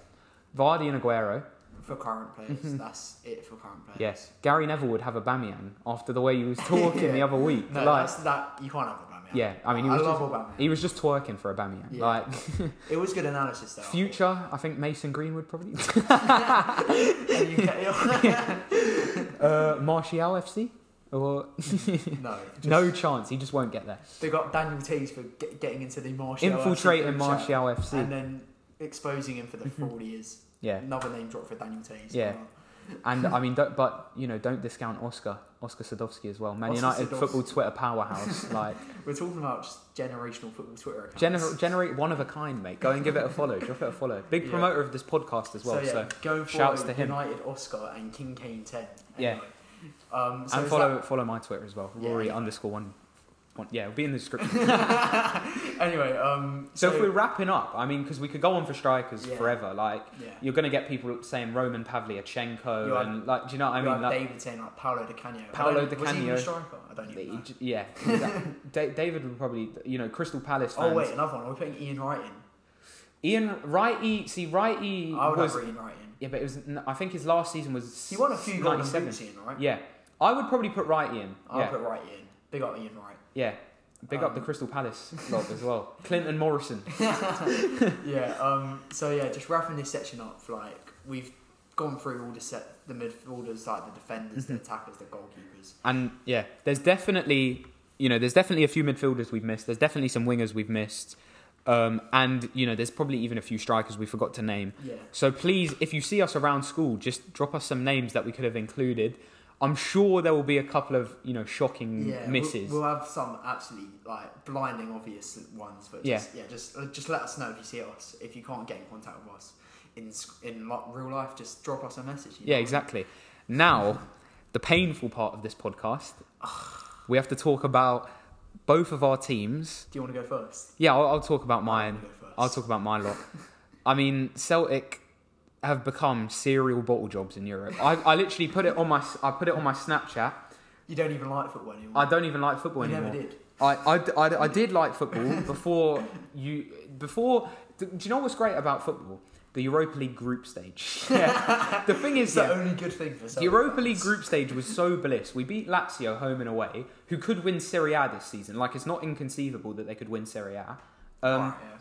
Speaker 1: Vardy and Aguero.
Speaker 2: for current players. That's it for current players.
Speaker 1: Yes, Gary Neville would have a Bamian after the way he was talking the
Speaker 2: Yeah.
Speaker 1: other week.
Speaker 2: No,
Speaker 1: like,
Speaker 2: that's that. You can't have Aubameyang.
Speaker 1: yeah, I mean, he
Speaker 2: I
Speaker 1: was
Speaker 2: love
Speaker 1: just,
Speaker 2: Aubameyang.
Speaker 1: he was just twerking for a Bamian.
Speaker 2: Yeah.
Speaker 1: Like.
Speaker 2: It was good analysis though.
Speaker 1: Future, I think Mason Greenwood probably.
Speaker 2: And you get-
Speaker 1: uh, Martial FC? Or
Speaker 2: no. Just,
Speaker 1: no chance, he just won't get there.
Speaker 2: They got Daniel Tees for get, getting into the Martial FC
Speaker 1: Infiltrating
Speaker 2: group chat
Speaker 1: Martial FC.
Speaker 2: and then exposing him for the fraud he is.
Speaker 1: yeah,
Speaker 2: Another name drop for Daniel Tees.
Speaker 1: Yeah. and I mean, don't, but you know, don't discount Oscar, Oscar Sadovsky as well. Man
Speaker 2: Oscar
Speaker 1: United
Speaker 2: Sadovsky.
Speaker 1: football Twitter powerhouse, like
Speaker 2: We're talking about just generational football Twitter accounts.
Speaker 1: gener- generate one of a kind, mate. Go and give it a follow. Drop it a follow. Big
Speaker 2: Yeah.
Speaker 1: promoter of this podcast as well. So,
Speaker 2: yeah, go and
Speaker 1: shouts
Speaker 2: follow
Speaker 1: to him.
Speaker 2: United Oscar and King Kane ten.
Speaker 1: Yeah.
Speaker 2: Anyway. Um, so
Speaker 1: and
Speaker 2: is
Speaker 1: follow
Speaker 2: that-
Speaker 1: follow my Twitter as well,
Speaker 2: Yeah,
Speaker 1: Rory
Speaker 2: yeah.
Speaker 1: underscore one one. Yeah, it'll be in the description.
Speaker 2: anyway, um,
Speaker 1: So, if we're wrapping up, I mean, because we could go on for strikers
Speaker 2: Yeah.
Speaker 1: forever. Like
Speaker 2: yeah,
Speaker 1: you're going to get people saying Roman Pavlyuchenko
Speaker 2: You are-
Speaker 1: and like, do you know what I
Speaker 2: You
Speaker 1: mean?
Speaker 2: have
Speaker 1: Like,
Speaker 2: David saying like Paolo Di Canio.
Speaker 1: Paolo
Speaker 2: I don't-
Speaker 1: Di
Speaker 2: Was he even
Speaker 1: Canio.
Speaker 2: a striker? I don't even know.
Speaker 1: they- yeah, exactly. Da- David would probably, you know, Crystal Palace fans.
Speaker 2: Oh wait, another one. We're putting Ian Wright in.
Speaker 1: Ian Wrighty. See, Wrighty
Speaker 2: I would
Speaker 1: was
Speaker 2: have Ian Wright in.
Speaker 1: yeah, but it was. n- I think his last season was.
Speaker 2: He won a few golden
Speaker 1: 97.
Speaker 2: boots, Ian Wright.
Speaker 1: Yeah, I would probably put Wrighty in.
Speaker 2: I'll
Speaker 1: yeah,
Speaker 2: put Wright in. Big up Ian Wright.
Speaker 1: yeah. Big up the
Speaker 2: Um,
Speaker 1: Crystal Palace lot as well. Clinton Morrison.
Speaker 2: yeah. Um. So yeah, just wrapping this section up. Like we've gone through all the set, the midfielders, like the defenders, the
Speaker 1: Mm-hmm.
Speaker 2: attackers, the goalkeepers.
Speaker 1: And yeah, there's definitely you know there's definitely a few midfielders we've missed. There's definitely some wingers we've missed, um, and you know there's probably even a few strikers we forgot to name.
Speaker 2: Yeah.
Speaker 1: So please, if you see us around school, just drop us some names that we could have included. I'm sure there will be a couple of you know shocking
Speaker 2: Yeah.
Speaker 1: misses.
Speaker 2: We'll, we'll have some absolutely like blinding obvious ones, but
Speaker 1: Yeah.
Speaker 2: just, yeah, just uh, just let us know if you see us. If you can't get in contact with us in sc- in like, real life, just drop us a message. you
Speaker 1: yeah,
Speaker 2: know?
Speaker 1: exactly. Now, the painful part of this podcast, we have to talk about both of our teams.
Speaker 2: Do you want to go first?
Speaker 1: Yeah, I'll, I'll talk about
Speaker 2: I
Speaker 1: mine.
Speaker 2: wanna go first.
Speaker 1: I'll talk about my lot. I mean, Celtic have become serial bottle jobs in Europe. I, I literally put it on my I put it on my Snapchat.
Speaker 2: You don't even like football anymore.
Speaker 1: I don't even like football
Speaker 2: you
Speaker 1: anymore.
Speaker 2: never did.
Speaker 1: I, I, I, I did like football before you before. Do you know what's great about football? The Europa League group stage. Yeah. the thing is
Speaker 2: It's
Speaker 1: that
Speaker 2: the only good thing for
Speaker 1: the
Speaker 2: Celtic
Speaker 1: Europa League
Speaker 2: fans.
Speaker 1: group stage was so bliss. We beat Lazio home and away, who could win Serie A this season. Like it's not inconceivable that they could win Serie A. Um,
Speaker 2: Right, yeah.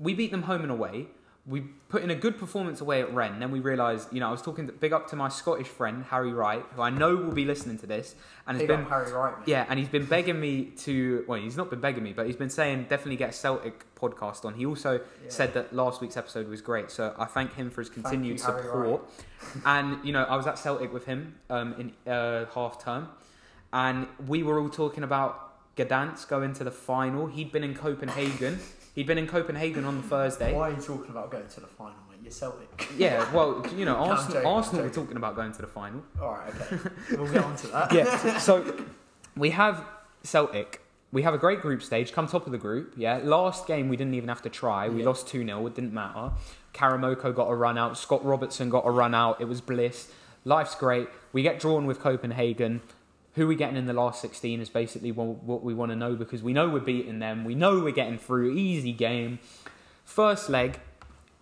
Speaker 1: we beat them home and away. We put in a good performance away at Rennes. Then we realised, you know, I was talking to, big up to my Scottish friend Harry Wright, who I know will be listening to this, and has
Speaker 2: Big
Speaker 1: been
Speaker 2: up Harry Wright, mate.
Speaker 1: yeah, and he's been begging me to. Well, he's not been begging me, but he's been saying definitely get a Celtic podcast on. He also
Speaker 2: Yeah.
Speaker 1: said that last week's episode was great, so I thank him for his
Speaker 2: Thank
Speaker 1: continued
Speaker 2: you, Harry
Speaker 1: support. and you know, I was at Celtic with him um, in uh, half term, and we were all talking about Gdansk going to the final. He'd been in Copenhagen. He'd been in Copenhagen on the Thursday.
Speaker 2: Why are you talking about going to the final, mate? You're Celtic.
Speaker 1: Yeah, well, you know,
Speaker 2: No, I'm
Speaker 1: Arsenal,
Speaker 2: joking, I'm
Speaker 1: Arsenal were
Speaker 2: joking.
Speaker 1: talking about going to the final.
Speaker 2: All right, okay. We'll get on to that.
Speaker 1: yeah. So we have Celtic. We have a great group stage, come top of the group. Yeah. Last game, we didn't even have to try. We
Speaker 2: Yeah.
Speaker 1: lost 2 0. It didn't matter. Karamoko got a run out. Scott Robertson got a run out. It was bliss. Life's great. We get drawn with Copenhagen. Who we getting in the last 16 is basically what, what we want to know because we know we're beating them. We know we're getting through. Easy game. First leg,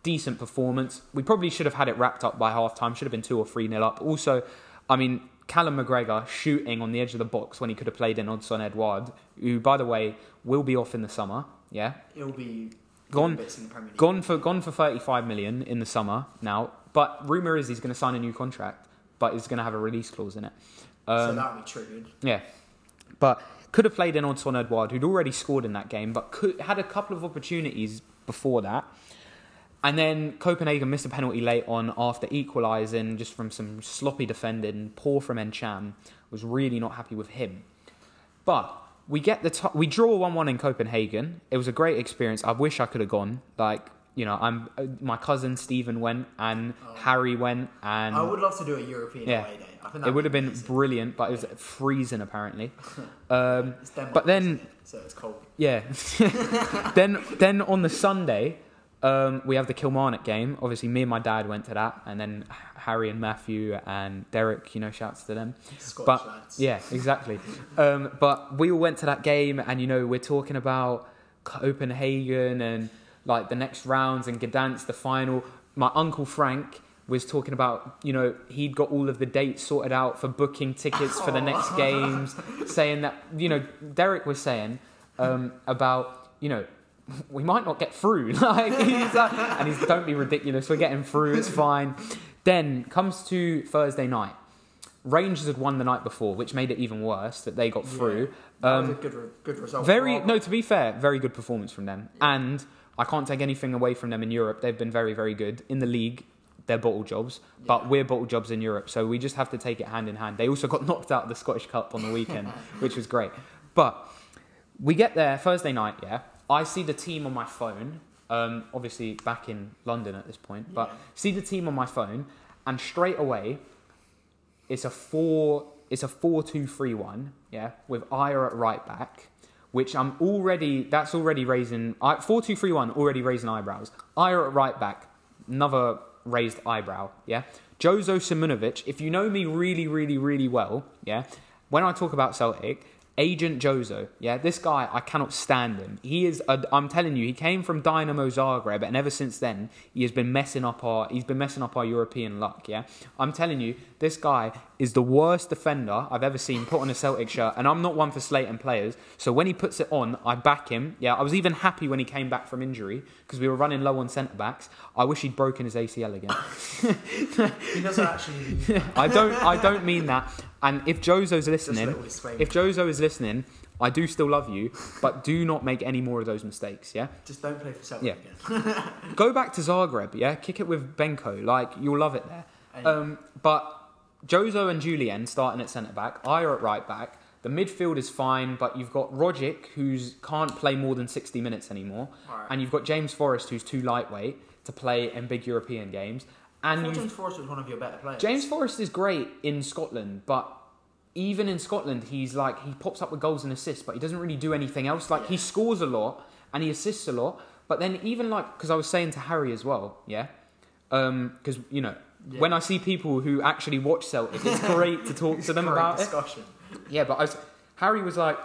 Speaker 1: decent performance. We probably should have had it wrapped up by half time, should have been 2 or 3 nil up. Also, I mean, Callum McGregor shooting on the edge of the box when he could have played in Odson Edouard, who, by the way, will be off in the summer. Yeah.
Speaker 2: It'll be
Speaker 1: Gone-
Speaker 2: bits in the Premier League.
Speaker 1: Gone for, gone for 35 million in the summer now. But rumour is he's going to sign a new contract, but it's going to have a release clause in it. um,
Speaker 2: so that'll be triggered.
Speaker 1: Yeah, but could have played in Antoine Edouard, who'd already scored in that game, but could, had a couple of opportunities before that. And then Copenhagen missed a penalty late on after equalising, just from some sloppy defending. Poor from Encham was really not happy with him. But we get the t- we draw one one in Copenhagen. It was a great experience. I wish I could have gone. Like you know, I'm uh, my cousin Stephen went and
Speaker 2: Oh.
Speaker 1: Harry went and
Speaker 2: I would love to do a European
Speaker 1: Yeah.
Speaker 2: away day. I think
Speaker 1: it
Speaker 2: that
Speaker 1: would have been brilliant, but it was freezing apparently. Um,
Speaker 2: It's Denmark,
Speaker 1: but then-
Speaker 2: isn't it? so it's cold.
Speaker 1: yeah. then then on the Sunday, um, we have the Kilmarnock game. Obviously, me and my dad went to that, and then Harry and Matthew and Derek. You know, shouts to them.
Speaker 2: Scottish
Speaker 1: But-
Speaker 2: lads.
Speaker 1: Yeah, exactly. um, but we all went to that game, and you know, we're talking about Copenhagen and like the next rounds and Gdansk, the final. My uncle Frank was talking about, you know, he'd got all of the dates sorted out for booking tickets for the next games, saying that, you know, Derek was saying um, about, you know, we might not get through. like, he's like, and he's, don't be ridiculous, we're getting through, it's fine. Then comes to Thursday night. Rangers had won the night before, which made it even worse that they got
Speaker 2: Yeah.
Speaker 1: through.
Speaker 2: That
Speaker 1: Um,
Speaker 2: was a good, re- good result.
Speaker 1: very
Speaker 2: Well,
Speaker 1: no, to be fair, very good performance from them, and I can't take anything away from them in Europe. They've been very, very good in the league. They're bottle jobs, but
Speaker 2: Yeah.
Speaker 1: we're bottle jobs in Europe, so we just have to take it hand in hand. They also got knocked out of the Scottish Cup on the weekend, which was great. But we get there Thursday night. Yeah, I see the team on my phone. Um, obviously back in London at this point, but
Speaker 2: Yeah.
Speaker 1: see the team on my phone, and straight away it's a four it's a four two three one, yeah, with Ira at right back. which I'm already that's already raising I four two three one already raising eyebrows. Ira at right back, another raised eyebrow. Yeah, Jozo Simunovic. If you know me really, really, really well, yeah, when I talk about Celtic. Agent Jozo, yeah, this guy I cannot stand him. He is, a, I'm telling you, he came from Dynamo Zagreb, and ever since then he has been messing up our, he's been messing up our European luck. Yeah, I'm telling you, this guy is the worst defender I've ever seen put on a Celtic shirt, and I'm not one for slating players. So when he puts it on, I back him. Yeah, I was even happy when he came back from injury because we were running low on centre backs. I wish he'd broken his ACL again.
Speaker 2: He doesn't actually.
Speaker 1: I don't I don't mean that. And if Jozo's listening,
Speaker 2: little disclaimer.
Speaker 1: if Jozo is listening, I do still love you, but do not make any more of those mistakes, yeah?
Speaker 2: Just don't play for Celtic
Speaker 1: Yeah.
Speaker 2: again.
Speaker 1: Go back to Zagreb, yeah? Kick it with Benko. Like, you'll love it there.
Speaker 2: And-
Speaker 1: Um, but Jozo and Julien starting at centre back, Ayer at right back. The midfield is fine, but you've got Rogic, who can't play more than 60 minutes anymore.
Speaker 2: Right.
Speaker 1: And you've got James Forrest, who's too lightweight to play in big European games. And
Speaker 2: I
Speaker 1: you've
Speaker 2: thought James Forrest was one of your better players.
Speaker 1: James Forrest is great in Scotland, but even in Scotland, he's like he pops up with goals and assists, but he doesn't really do anything else. Like he
Speaker 2: Yeah.
Speaker 1: scores a lot and he assists a lot, but then even like because I was saying to Harry as well, yeah, because you know
Speaker 2: Yeah.
Speaker 1: when I see people who actually watch Celtic, it's great to talk to them
Speaker 2: Great
Speaker 1: about it.
Speaker 2: discussion.
Speaker 1: Yeah, but I was, Harry was like,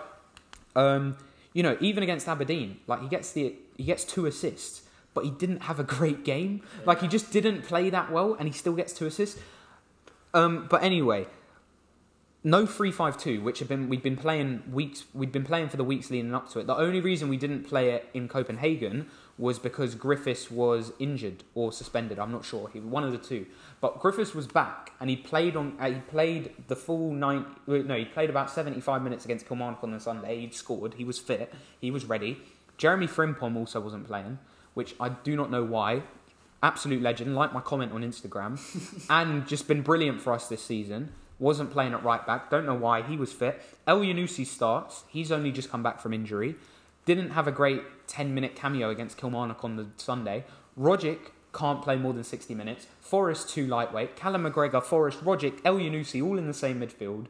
Speaker 1: um, you know, even against Aberdeen, like he gets the he gets two assists, but he didn't have a great game. Like he just didn't play that well, and he still gets two assists. Um, but anyway, no three five two, which had been we'd been playing weeks we'd been playing for the weeks leading up to it. The only reason we didn't play it in Copenhagen was because Griffiths was injured or suspended. I'm not sure. He one of the two. But Griffiths was back and he played on. Uh, he played the full nine. No, he played about 75 minutes against Kilmarnock on the Sunday. He'd scored. He was fit. He was ready. Jeremy Frimpong also wasn't playing, which I do not know why. Absolute legend. Like my comment on Instagram, and just been brilliant for us this season. Wasn't playing at right back. Don't know why he was fit. El Yanusi starts. He's only just come back from injury. Didn't have a great 10 minute cameo against Kilmarnock on the Sunday. Rogic can't play more than 60 minutes. Forrest too lightweight. Callum McGregor, Forrest, Rogic, El Yanusi all in the same midfield.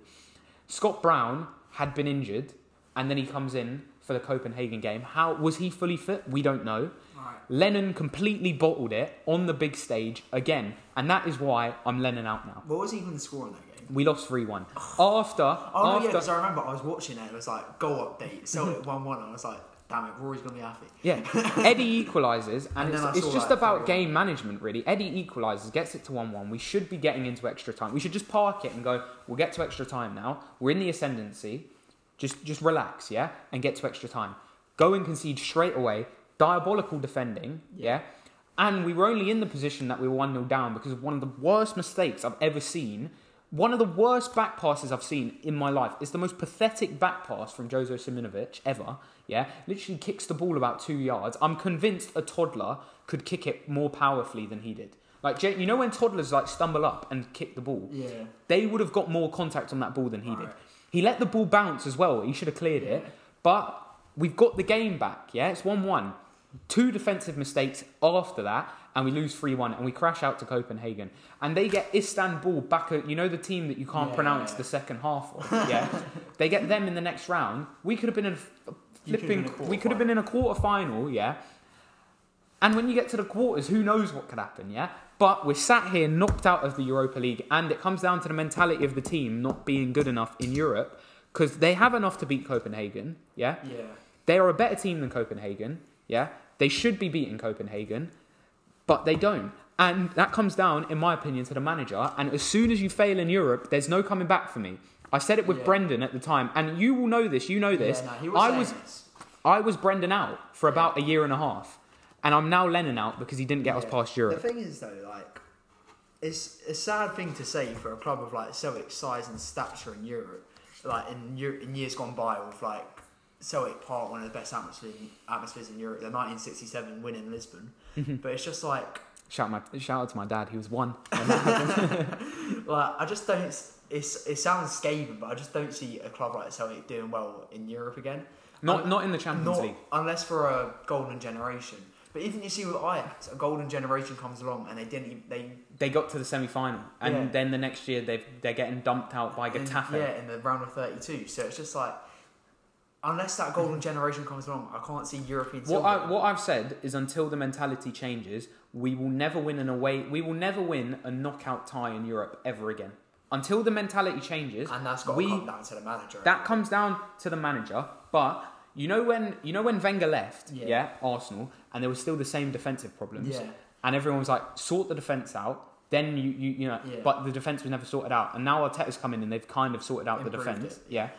Speaker 1: Scott Brown had been injured and then he comes in for the Copenhagen game. How was he fully fit? We don't know.
Speaker 2: Right.
Speaker 1: Lennon completely bottled it on the big stage again, and that is why I'm Lennon out now.
Speaker 2: What was even the score in that game?
Speaker 1: We lost 3 1. After,
Speaker 2: Oh no, yeah,
Speaker 1: after,
Speaker 2: because I remember I was watching it. It was like goal update. Celtic one one. I was like, damn it, Rory's gonna be happy.
Speaker 1: Yeah, Eddie equalises, and,
Speaker 2: And then
Speaker 1: it's,
Speaker 2: I
Speaker 1: it's
Speaker 2: saw
Speaker 1: just
Speaker 2: that
Speaker 1: about
Speaker 2: three-one.
Speaker 1: game management, really. Eddie equalises, gets it to 1 1. We should be getting into extra time. We should just park it and go, we'll get to extra time now. We're in the ascendancy. Just, just relax, yeah? And get to extra time. Go and concede straight away. Diabolical defending, yeah? And we were only in the position that we were 1 0 down because of one of the worst mistakes I've ever seen. One of the worst back passes I've seen in my life. It's the most pathetic back pass from Jozo Simonovic ever. Yeah, literally kicks the ball about two yards. I'm convinced a toddler could kick it more powerfully than he did. Like, Jay- you know when toddlers like stumble up and kick the ball,
Speaker 2: Yeah.
Speaker 1: they would have got more contact on that ball than he did.
Speaker 2: Right.
Speaker 1: He let the ball bounce as well. He should have cleared it. But we've got the game back. Yeah, it's one-one. Two defensive mistakes after that, and we lose three-one, and we crash out to Copenhagen. And they get Istanbul back. At, you know the team that you can't
Speaker 2: Yeah.
Speaker 1: pronounce the second half of. Yeah, they get them in the next round. We could have been in a f-
Speaker 2: You could've been
Speaker 1: flipping.
Speaker 2: in a
Speaker 1: we could have been in a quarter final. Yeah. And when you get to the quarters, who knows what could happen, yeah? But we're sat here knocked out of the Europa League, and it comes down to the mentality of the team not being good enough in Europe because they have enough to beat Copenhagen, yeah?
Speaker 2: Yeah.
Speaker 1: They are a better team than Copenhagen, yeah? They should be beating Copenhagen, but they don't. And that comes down, in my opinion, to the manager. And as soon as you fail in Europe, there's no coming back for me. I said it with
Speaker 2: Yeah.
Speaker 1: Brendan at the time, and you will know this, you know this.
Speaker 2: Yeah, no, he was
Speaker 1: I
Speaker 2: saying
Speaker 1: was
Speaker 2: this.
Speaker 1: I was Brendan out for about a year and a half, and I'm now Lennon out because he didn't get us
Speaker 2: Yeah.
Speaker 1: past Europe.
Speaker 2: The thing is though, like, it's a sad thing to say for a club of like Celtic size and stature in Europe, like in, Eu- in years gone by, with like Celtic part one of the best atmosphere, atmospheres in Europe, the 1967 win in Lisbon.
Speaker 1: Mm-hmm.
Speaker 2: But it's just like,
Speaker 1: Shout, my, shout out to my dad, he was one.
Speaker 2: like I just don't. It's it sounds scathing, but I just don't see a club like Celtic doing well in Europe again.
Speaker 1: Not, not in the Champions
Speaker 2: Not
Speaker 1: League.
Speaker 2: unless for a golden generation. But even you see with Ajax, a golden generation comes along and they didn't. Even, they
Speaker 1: They got to the semi final, and
Speaker 2: Yeah.
Speaker 1: then the next year they've, they're getting dumped out by
Speaker 2: in-
Speaker 1: Getafe.
Speaker 2: Yeah, in the round of thirty-two. So it's just like unless that golden generation comes along, I can't see European
Speaker 1: What,
Speaker 2: silver.
Speaker 1: I, what I've said is until the mentality changes, we will never win an away. We will never win a knockout tie in Europe ever again. Until the mentality changes,
Speaker 2: and that's got
Speaker 1: we
Speaker 2: to come down to the manager.
Speaker 1: that comes down to the manager. But you know when you know when Wenger left, yeah,
Speaker 2: Yeah.
Speaker 1: Arsenal, and there was still the same defensive problems.
Speaker 2: Yeah.
Speaker 1: and everyone was like, sort the defense out. Then you you you know,
Speaker 2: Yeah.
Speaker 1: but the defense was never sorted out. And now Arteta's come in and they've kind of sorted out the
Speaker 2: Improved
Speaker 1: defense.
Speaker 2: it.
Speaker 1: Yeah.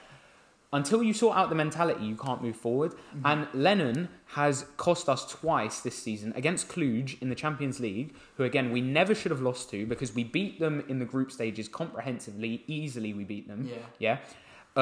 Speaker 1: Until you sort out the mentality, you can't move forward.
Speaker 2: Mm-hmm.
Speaker 1: And Lennon has cost us twice this season against Cluj in the Champions League, who again we never should have lost to because we beat them in the group stages comprehensively, easily. We beat them.
Speaker 2: Yeah.
Speaker 1: Yeah.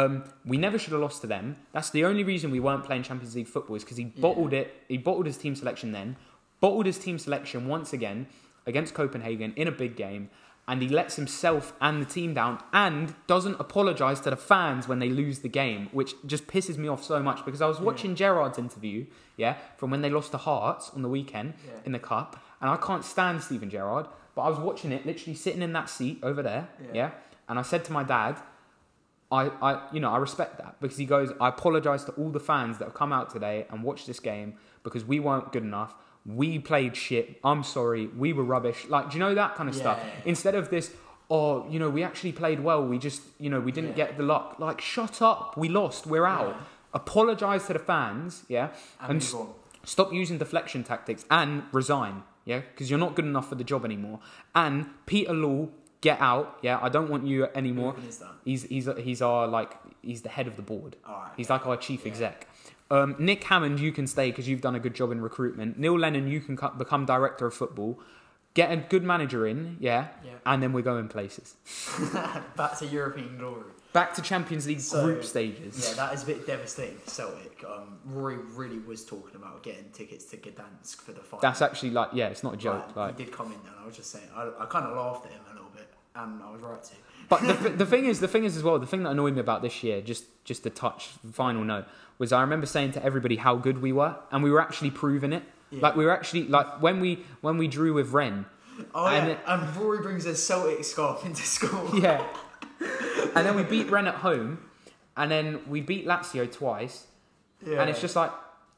Speaker 1: Um, we never should have lost to them. That's the only reason we weren't playing Champions League football is because he bottled it. He bottled his team selection then, bottled his team selection once again against Copenhagen in a big game, and he lets himself and the team down and doesn't apologise to the fans when they lose the game, which just pisses me off so much because I was watching Gerard's interview, yeah, from when they lost to Hearts on the weekend
Speaker 2: Yeah.
Speaker 1: in the cup, and I can't stand Steven Gerrard, but I was watching it literally sitting in that seat over there,
Speaker 2: Yeah.
Speaker 1: yeah, and I said to my dad. I, I, you know, I respect that because he goes, I apologize to all the fans that have come out today and watched this game because we weren't good enough. We played shit. I'm sorry. We were rubbish. Like, do you know that kind of
Speaker 2: Yeah,
Speaker 1: stuff?
Speaker 2: yeah, yeah.
Speaker 1: Instead of this, oh, you know, we actually played well. We just, you know, we didn't
Speaker 2: Yeah.
Speaker 1: get the luck. Like, shut up. We lost. We're out.
Speaker 2: Yeah.
Speaker 1: Apologize to the fans. Yeah.
Speaker 2: and
Speaker 1: And
Speaker 2: move on.
Speaker 1: Stop using deflection tactics and resign, yeah, because you're not good enough for the job anymore. And Peter Law, get out, yeah. I don't want you anymore.
Speaker 2: Who is that?
Speaker 1: He's he's he's our like he's the head of the board.
Speaker 2: All right.
Speaker 1: He's like our chief exec. Um, Nick Hammond, you can stay because you've done a good job in recruitment. Neil Lennon, you can co- become director of football. Get a good manager in, yeah,
Speaker 2: Yeah.
Speaker 1: and then we're going places.
Speaker 2: Back to European glory.
Speaker 1: Back to Champions League
Speaker 2: So,
Speaker 1: group stages.
Speaker 2: Yeah, that is a bit devastating for Celtic. Um, Rory really was talking about getting tickets to Gdansk for the final.
Speaker 1: That's actually like yeah, it's not a joke.
Speaker 2: Like,
Speaker 1: like
Speaker 2: he did come in, and I was just saying, I, I kind of laughed at him a little bit, and I was right to.
Speaker 1: But the, the thing is, the thing is as well, the thing that annoyed me about this year, just just a touch, final note, was I remember saying to everybody how good we were, and we were actually proving it.
Speaker 2: Yeah.
Speaker 1: Like we were actually like when we when we drew with Ren,
Speaker 2: Oh
Speaker 1: And
Speaker 2: yeah,
Speaker 1: it-
Speaker 2: and Rory brings a Celtic scarf into school.
Speaker 1: yeah, and then we beat Ren at home, and then we beat Lazio twice,
Speaker 2: Yeah.
Speaker 1: and it's just like.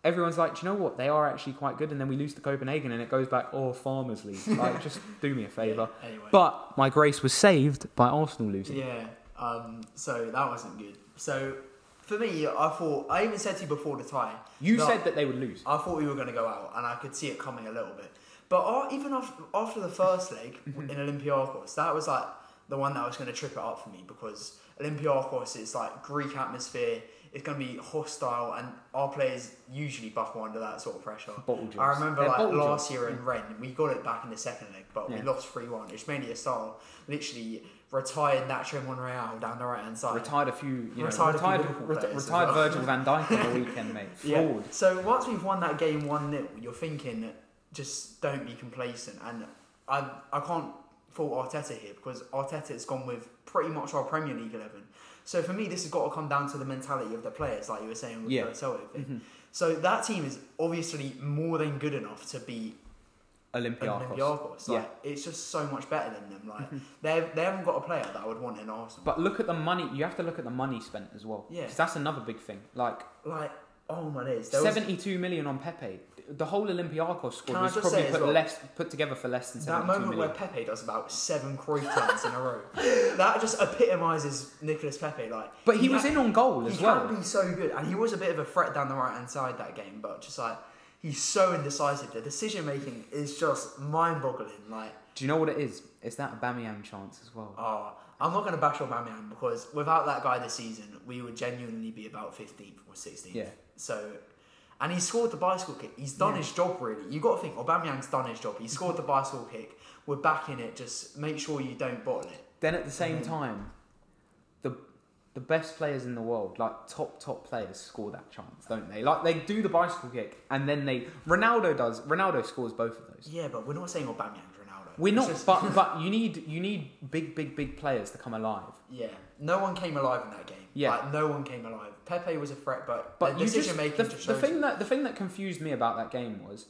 Speaker 1: Everyone's like, do you know what? They are actually quite good, and then we lose to Copenhagen, and it goes back. Oh, Farmers League! Like, just do me a favour.
Speaker 2: anyway.
Speaker 1: But my grace was saved by Arsenal losing.
Speaker 2: Yeah. Um, so that wasn't good. So for me, I thought I even said to you before the tie.
Speaker 1: You
Speaker 2: that
Speaker 1: said that they would lose.
Speaker 2: I thought we were going to go out, and I could see it coming a little bit. But uh, even after, after the first leg in Olympiacos, that was like the one that was going to trip it up for me because Olympiacos is like Greek atmosphere. It's going to be hostile, and our players usually buckle under that sort of pressure.
Speaker 1: Bottle jobs.
Speaker 2: I remember
Speaker 1: They're
Speaker 2: like
Speaker 1: bottle
Speaker 2: last
Speaker 1: jobs.
Speaker 2: year in Rennes, we got it back in the second leg, but
Speaker 1: Yeah.
Speaker 2: we lost three one. It's mainly a style, literally retired Nacho Monreal down the right hand side.
Speaker 1: Retired a few, you know,
Speaker 2: Retired
Speaker 1: retired,
Speaker 2: a few
Speaker 1: retired,
Speaker 2: Liverpool
Speaker 1: reti-
Speaker 2: players as
Speaker 1: retired
Speaker 2: well.
Speaker 1: Virgil van Dijk on the weekend, mate. Fraud.
Speaker 2: So once we've won that game 1 0, you're thinking, just don't be complacent. And I, I can't fault Arteta here because Arteta's gone with pretty much our Premier League 11. So for me, this has got to come down to the mentality of the players, like you were saying with
Speaker 1: Yeah. Mm-hmm.
Speaker 2: the Celtic thing. So that team is obviously more than good enough to beat
Speaker 1: Olympiacos.
Speaker 2: Olympiacos. Like, It's just so much better than them. Like they they haven't got a player that I would want in Arsenal.
Speaker 1: Mm-hmm. But look at the money. You have to look at the money spent as well.
Speaker 2: Yeah.
Speaker 1: 'Cause that's another big thing. Like
Speaker 2: like oh my days, there was-
Speaker 1: seventy-two million on Pepe. The whole Olympiacos squad
Speaker 2: Can I
Speaker 1: was
Speaker 2: just
Speaker 1: probably
Speaker 2: say as
Speaker 1: put
Speaker 2: well-
Speaker 1: less put together for less than
Speaker 2: That
Speaker 1: seventy-two million.
Speaker 2: moment where Pepe does about seven Cruyff turns in a row, that just epitomises Nicolas Pepe. Like,
Speaker 1: but he, was
Speaker 2: ha-
Speaker 1: in on goal as
Speaker 2: He
Speaker 1: well.
Speaker 2: can be so good, and he was a bit of a threat down the right hand side that game. But just like he's so indecisive, the decision making is just mind boggling. Like,
Speaker 1: Do you know what it is? It's that Aubameyang chance as well.
Speaker 2: oh, I'm not going to bash Aubameyang because without that guy this season, we would genuinely be about 15th or 16th.
Speaker 1: Yeah.
Speaker 2: So. And he scored the bicycle kick. He's done
Speaker 1: Yeah.
Speaker 2: his job, really. you got to think, Aubameyang's done his job. He scored the bicycle kick. We're backing it. Just make sure you don't bottle it.
Speaker 1: Then at the same
Speaker 2: Mhm.
Speaker 1: time, the the best players in the world, like top top players, score that chance, don't they? Like they do the bicycle kick, and then they Ronaldo does. Ronaldo scores both of those.
Speaker 2: Yeah, but we're not saying Aubameyang's Ronaldo.
Speaker 1: We're
Speaker 2: It's
Speaker 1: not,
Speaker 2: just-
Speaker 1: but but you need you need big big big players to come alive.
Speaker 2: yeah, no one came alive in that game.
Speaker 1: Yeah.
Speaker 2: like, no one came alive. Pepe was a threat, but,
Speaker 1: But
Speaker 2: the
Speaker 1: you just
Speaker 2: decision making
Speaker 1: the,
Speaker 2: just,
Speaker 1: the
Speaker 2: shows.
Speaker 1: thing that the thing that confused me about that game was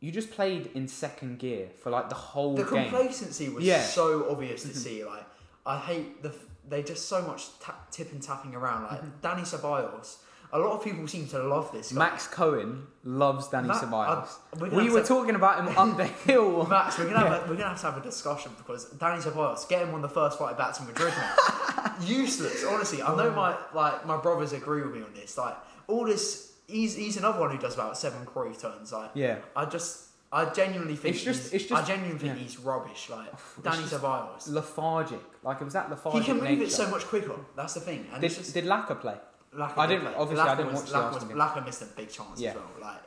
Speaker 1: you just played in second gear for like the whole
Speaker 2: the
Speaker 1: game.
Speaker 2: complacency was
Speaker 1: Yeah. Mm-hmm.
Speaker 2: so obvious to see. Like,
Speaker 1: Mm-hmm.
Speaker 2: I hate the f- they just so much ta- tip and tapping around. Like Danny Ceballos, A lot of people seem to love this. guy.
Speaker 1: Max Cohen loves Danny
Speaker 2: Ma-
Speaker 1: Ceballos.
Speaker 2: I- uh, we're gonna
Speaker 1: We
Speaker 2: have
Speaker 1: were
Speaker 2: to-
Speaker 1: talking about him up the hill.
Speaker 2: Max, we're gonna have a, we're gonna have to have a discussion because Danny Ceballos, get him on the first flight back to Madrid. man. Useless, honestly. I
Speaker 1: Oh.
Speaker 2: know my like my brothers agree with me on this. Like all this, he's he's another one who does about seven Cruyff turns. Like
Speaker 1: Yeah.
Speaker 2: I just, I genuinely think
Speaker 1: It's just-
Speaker 2: he's-
Speaker 1: it's just-
Speaker 2: I genuinely think
Speaker 1: yeah. Oh,
Speaker 2: he's rubbish. Like Danny
Speaker 1: just-
Speaker 2: Ceballos,
Speaker 1: Lethargic. Like it was that lethargic.
Speaker 2: he can move
Speaker 1: nature.
Speaker 2: it so much quicker. That's the thing. And
Speaker 1: Did,
Speaker 2: it's just
Speaker 1: did Laka play?
Speaker 2: Laka
Speaker 1: I
Speaker 2: did
Speaker 1: didn't-
Speaker 2: play.
Speaker 1: obviously, I
Speaker 2: Laka
Speaker 1: didn't
Speaker 2: was-
Speaker 1: watch the
Speaker 2: Laka
Speaker 1: Arsenal
Speaker 2: was-
Speaker 1: game.
Speaker 2: Laka missed a big chance
Speaker 1: Yeah.
Speaker 2: as well. Like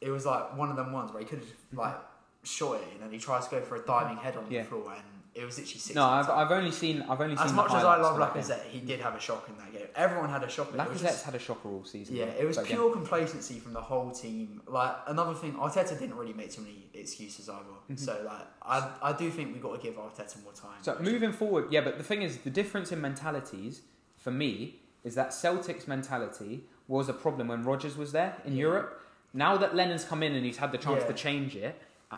Speaker 2: it was like one of them ones where he could have like shot it, and then he tries to go for a diving head on
Speaker 1: Yeah.
Speaker 2: the floor, and it was literally six.
Speaker 1: No, I've, I've only seen I've only seen
Speaker 2: as
Speaker 1: the
Speaker 2: much as I
Speaker 1: highlights of
Speaker 2: love
Speaker 1: that game.
Speaker 2: Lacazette, he did have a shock in that game. Everyone had a shock. in it. It was
Speaker 1: Lacazette's
Speaker 2: just-
Speaker 1: had a shocker all season.
Speaker 2: yeah, it was
Speaker 1: But again,
Speaker 2: pure complacency from the whole team. Like another thing, Arteta didn't really make too many excuses either. So like, I I do think we have got to give Arteta more time.
Speaker 1: Mm-hmm. So moving forward, yeah, but the thing is, the difference in mentalities for me is that Celtic's mentality was a problem when Rogers was there in
Speaker 2: Yeah.
Speaker 1: Europe. Now that Lennon's come in and he's had the chance
Speaker 2: Yeah.
Speaker 1: to change it, uh,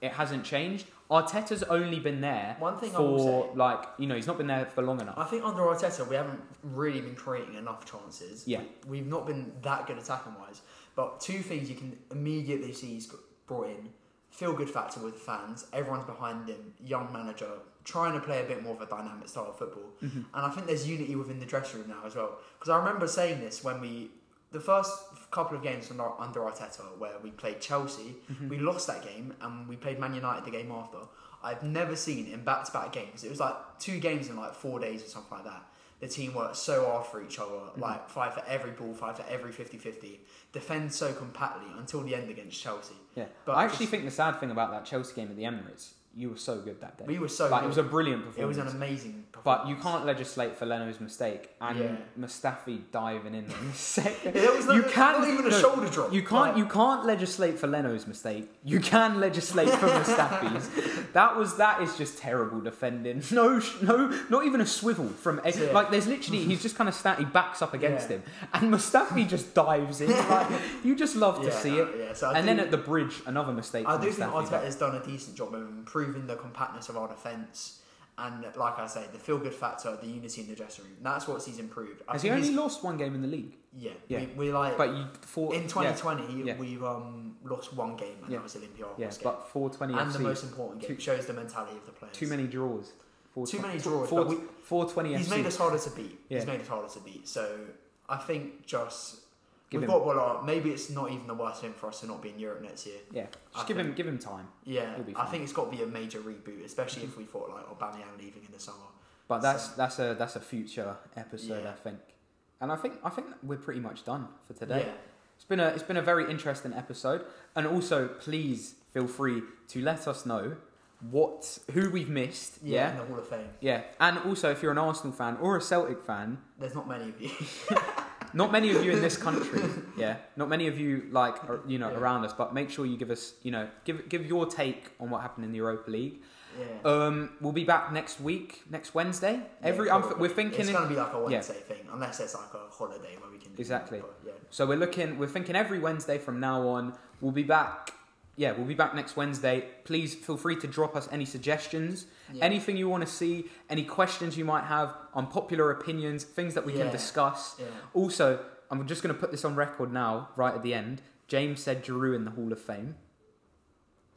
Speaker 1: it hasn't changed. Arteta's only been there
Speaker 2: One thing I will
Speaker 1: for
Speaker 2: say-
Speaker 1: like you know he's not been there for long
Speaker 2: I
Speaker 1: enough.
Speaker 2: think under Arteta, we haven't really been creating enough chances.
Speaker 1: Yeah.
Speaker 2: We, have not been that good attacking wise. But two things you can immediately see he's got- brought in feel good factor with the fans, everyone's behind him, young manager, trying to play a bit more of a dynamic style of football. And I think there's unity within the dressing room now as well. Because I remember saying this when we. The first couple of games under, under Arteta, where we played Chelsea,
Speaker 1: Mm-hmm.
Speaker 2: we lost that game, and we played Man United the game after. I've never seen in back to back games. It was like two games in like four days or something like that. The team worked so hard for each other,
Speaker 1: Mm-hmm.
Speaker 2: like fight for every ball, fight for every 50 50, defend so compactly until the end against Chelsea.
Speaker 1: Yeah,
Speaker 2: But
Speaker 1: I actually
Speaker 2: it's-
Speaker 1: think the sad thing about that Chelsea game at the Emirates, you were so good that day.
Speaker 2: We were so
Speaker 1: like
Speaker 2: good.
Speaker 1: it was a brilliant
Speaker 2: It
Speaker 1: performance.
Speaker 2: was an amazing performance.
Speaker 1: but you can't legislate for Leno's mistake and
Speaker 2: Yeah.
Speaker 1: Mustafi diving in on the second.
Speaker 2: It was not,
Speaker 1: you
Speaker 2: not
Speaker 1: can't
Speaker 2: even a
Speaker 1: no,
Speaker 2: shoulder drop.
Speaker 1: You can't.
Speaker 2: Like,
Speaker 1: You can't legislate for Leno's mistake. You can legislate for Mustafi's. That was. That is just terrible defending. No. sh- No. Not even a swivel from. Ed-
Speaker 2: Yeah.
Speaker 1: Like there's literally. He's just kind of stand. He backs up against
Speaker 2: Yeah.
Speaker 1: him, and Mustafi just dives in. Like you just love to
Speaker 2: yeah,
Speaker 1: see
Speaker 2: no,
Speaker 1: it.
Speaker 2: Yeah, so I
Speaker 1: and
Speaker 2: do,
Speaker 1: then at the bridge, another mistake.
Speaker 2: I
Speaker 1: from
Speaker 2: do think
Speaker 1: Mustafi, but-
Speaker 2: Arteta's done a decent job of improving the compactness of our defence and, like I say, the feel good factor, the unity in the dressing room. That's what he's improved. I
Speaker 1: Has he
Speaker 2: think
Speaker 1: only
Speaker 2: he's-
Speaker 1: lost one game in the league?
Speaker 2: Yeah,
Speaker 1: Yeah.
Speaker 2: We, we like.
Speaker 1: But you four
Speaker 2: in 2020,
Speaker 1: yeah.
Speaker 2: we've um, lost one game, and
Speaker 1: Yeah.
Speaker 2: that was Olympiacos
Speaker 1: Yeah, yeah
Speaker 2: game.
Speaker 1: but four twenty
Speaker 2: and the
Speaker 1: FC.
Speaker 2: most important game
Speaker 1: Too-
Speaker 2: shows the mentality of the players.
Speaker 1: Too many draws. Four
Speaker 2: Too
Speaker 1: twen-
Speaker 2: many draws,
Speaker 1: Four,
Speaker 2: but we-
Speaker 1: four twenty
Speaker 2: He's
Speaker 1: FC.
Speaker 2: made us harder to beat.
Speaker 1: Yeah.
Speaker 2: He's made us harder to beat. So I think just
Speaker 1: Give
Speaker 2: we've
Speaker 1: him-
Speaker 2: got what are maybe it's not even the worst thing for us to not be in Europe next year.
Speaker 1: yeah, just
Speaker 2: I
Speaker 1: give him
Speaker 2: think-
Speaker 1: give him time.
Speaker 2: Yeah,
Speaker 1: It'll be
Speaker 2: I
Speaker 1: fine. Mm-hmm.
Speaker 2: think it's got to be a major reboot, especially if we thought like Aubameyang leaving in the summer.
Speaker 1: But that's
Speaker 2: So-
Speaker 1: that's a that's a future episode,
Speaker 2: Yeah.
Speaker 1: I think. And I think I think we're pretty much done for today.
Speaker 2: Yeah.
Speaker 1: It's been a it's been a very interesting episode. And also, please feel free to let us know what who we've missed.
Speaker 2: yeah, in
Speaker 1: Yeah.
Speaker 2: the Hall of Fame.
Speaker 1: Yeah, and also if you're an Arsenal fan or a Celtic fan,
Speaker 2: There's not many of you.
Speaker 1: not many of you in this country, yeah, not many of you like are, you know
Speaker 2: Yeah.
Speaker 1: around us, but make sure you give us you know give give your take on what happened in the Europa League.
Speaker 2: yeah.
Speaker 1: Um, we'll be back next week, next Wednesday. Every
Speaker 2: Yeah,
Speaker 1: I'm,
Speaker 2: probably.
Speaker 1: we're thinking
Speaker 2: it's going to be like a
Speaker 1: yeah.
Speaker 2: Wednesday thing, unless there's like a holiday where we can do
Speaker 1: Exactly.
Speaker 2: That, but yeah.
Speaker 1: So we're looking, we're thinking every Wednesday from now on. We'll be back. Yeah, we'll be back next Wednesday. Please feel free to drop us any suggestions,
Speaker 2: Yeah.
Speaker 1: anything you want to see, any questions you might have, unpopular opinions, things that we can
Speaker 2: Yeah.
Speaker 1: discuss.
Speaker 2: Yeah.
Speaker 1: Also, I'm just going to put this on record now, right at the end. James said Giroud in the Hall of Fame.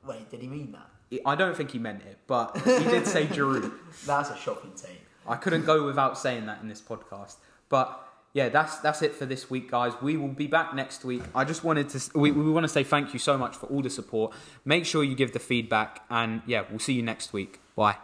Speaker 2: Wait, did he mean that?
Speaker 1: I don't think he meant it, but he did say Giroud.
Speaker 2: That's a shocking take.
Speaker 1: I couldn't go without saying that in this podcast. But yeah, that's that's it for this week, guys. We will be back next week. I just wanted to s- we, we want to say thank you so much for all the support. Make sure you give the feedback, and yeah, we'll see you next week. Bye.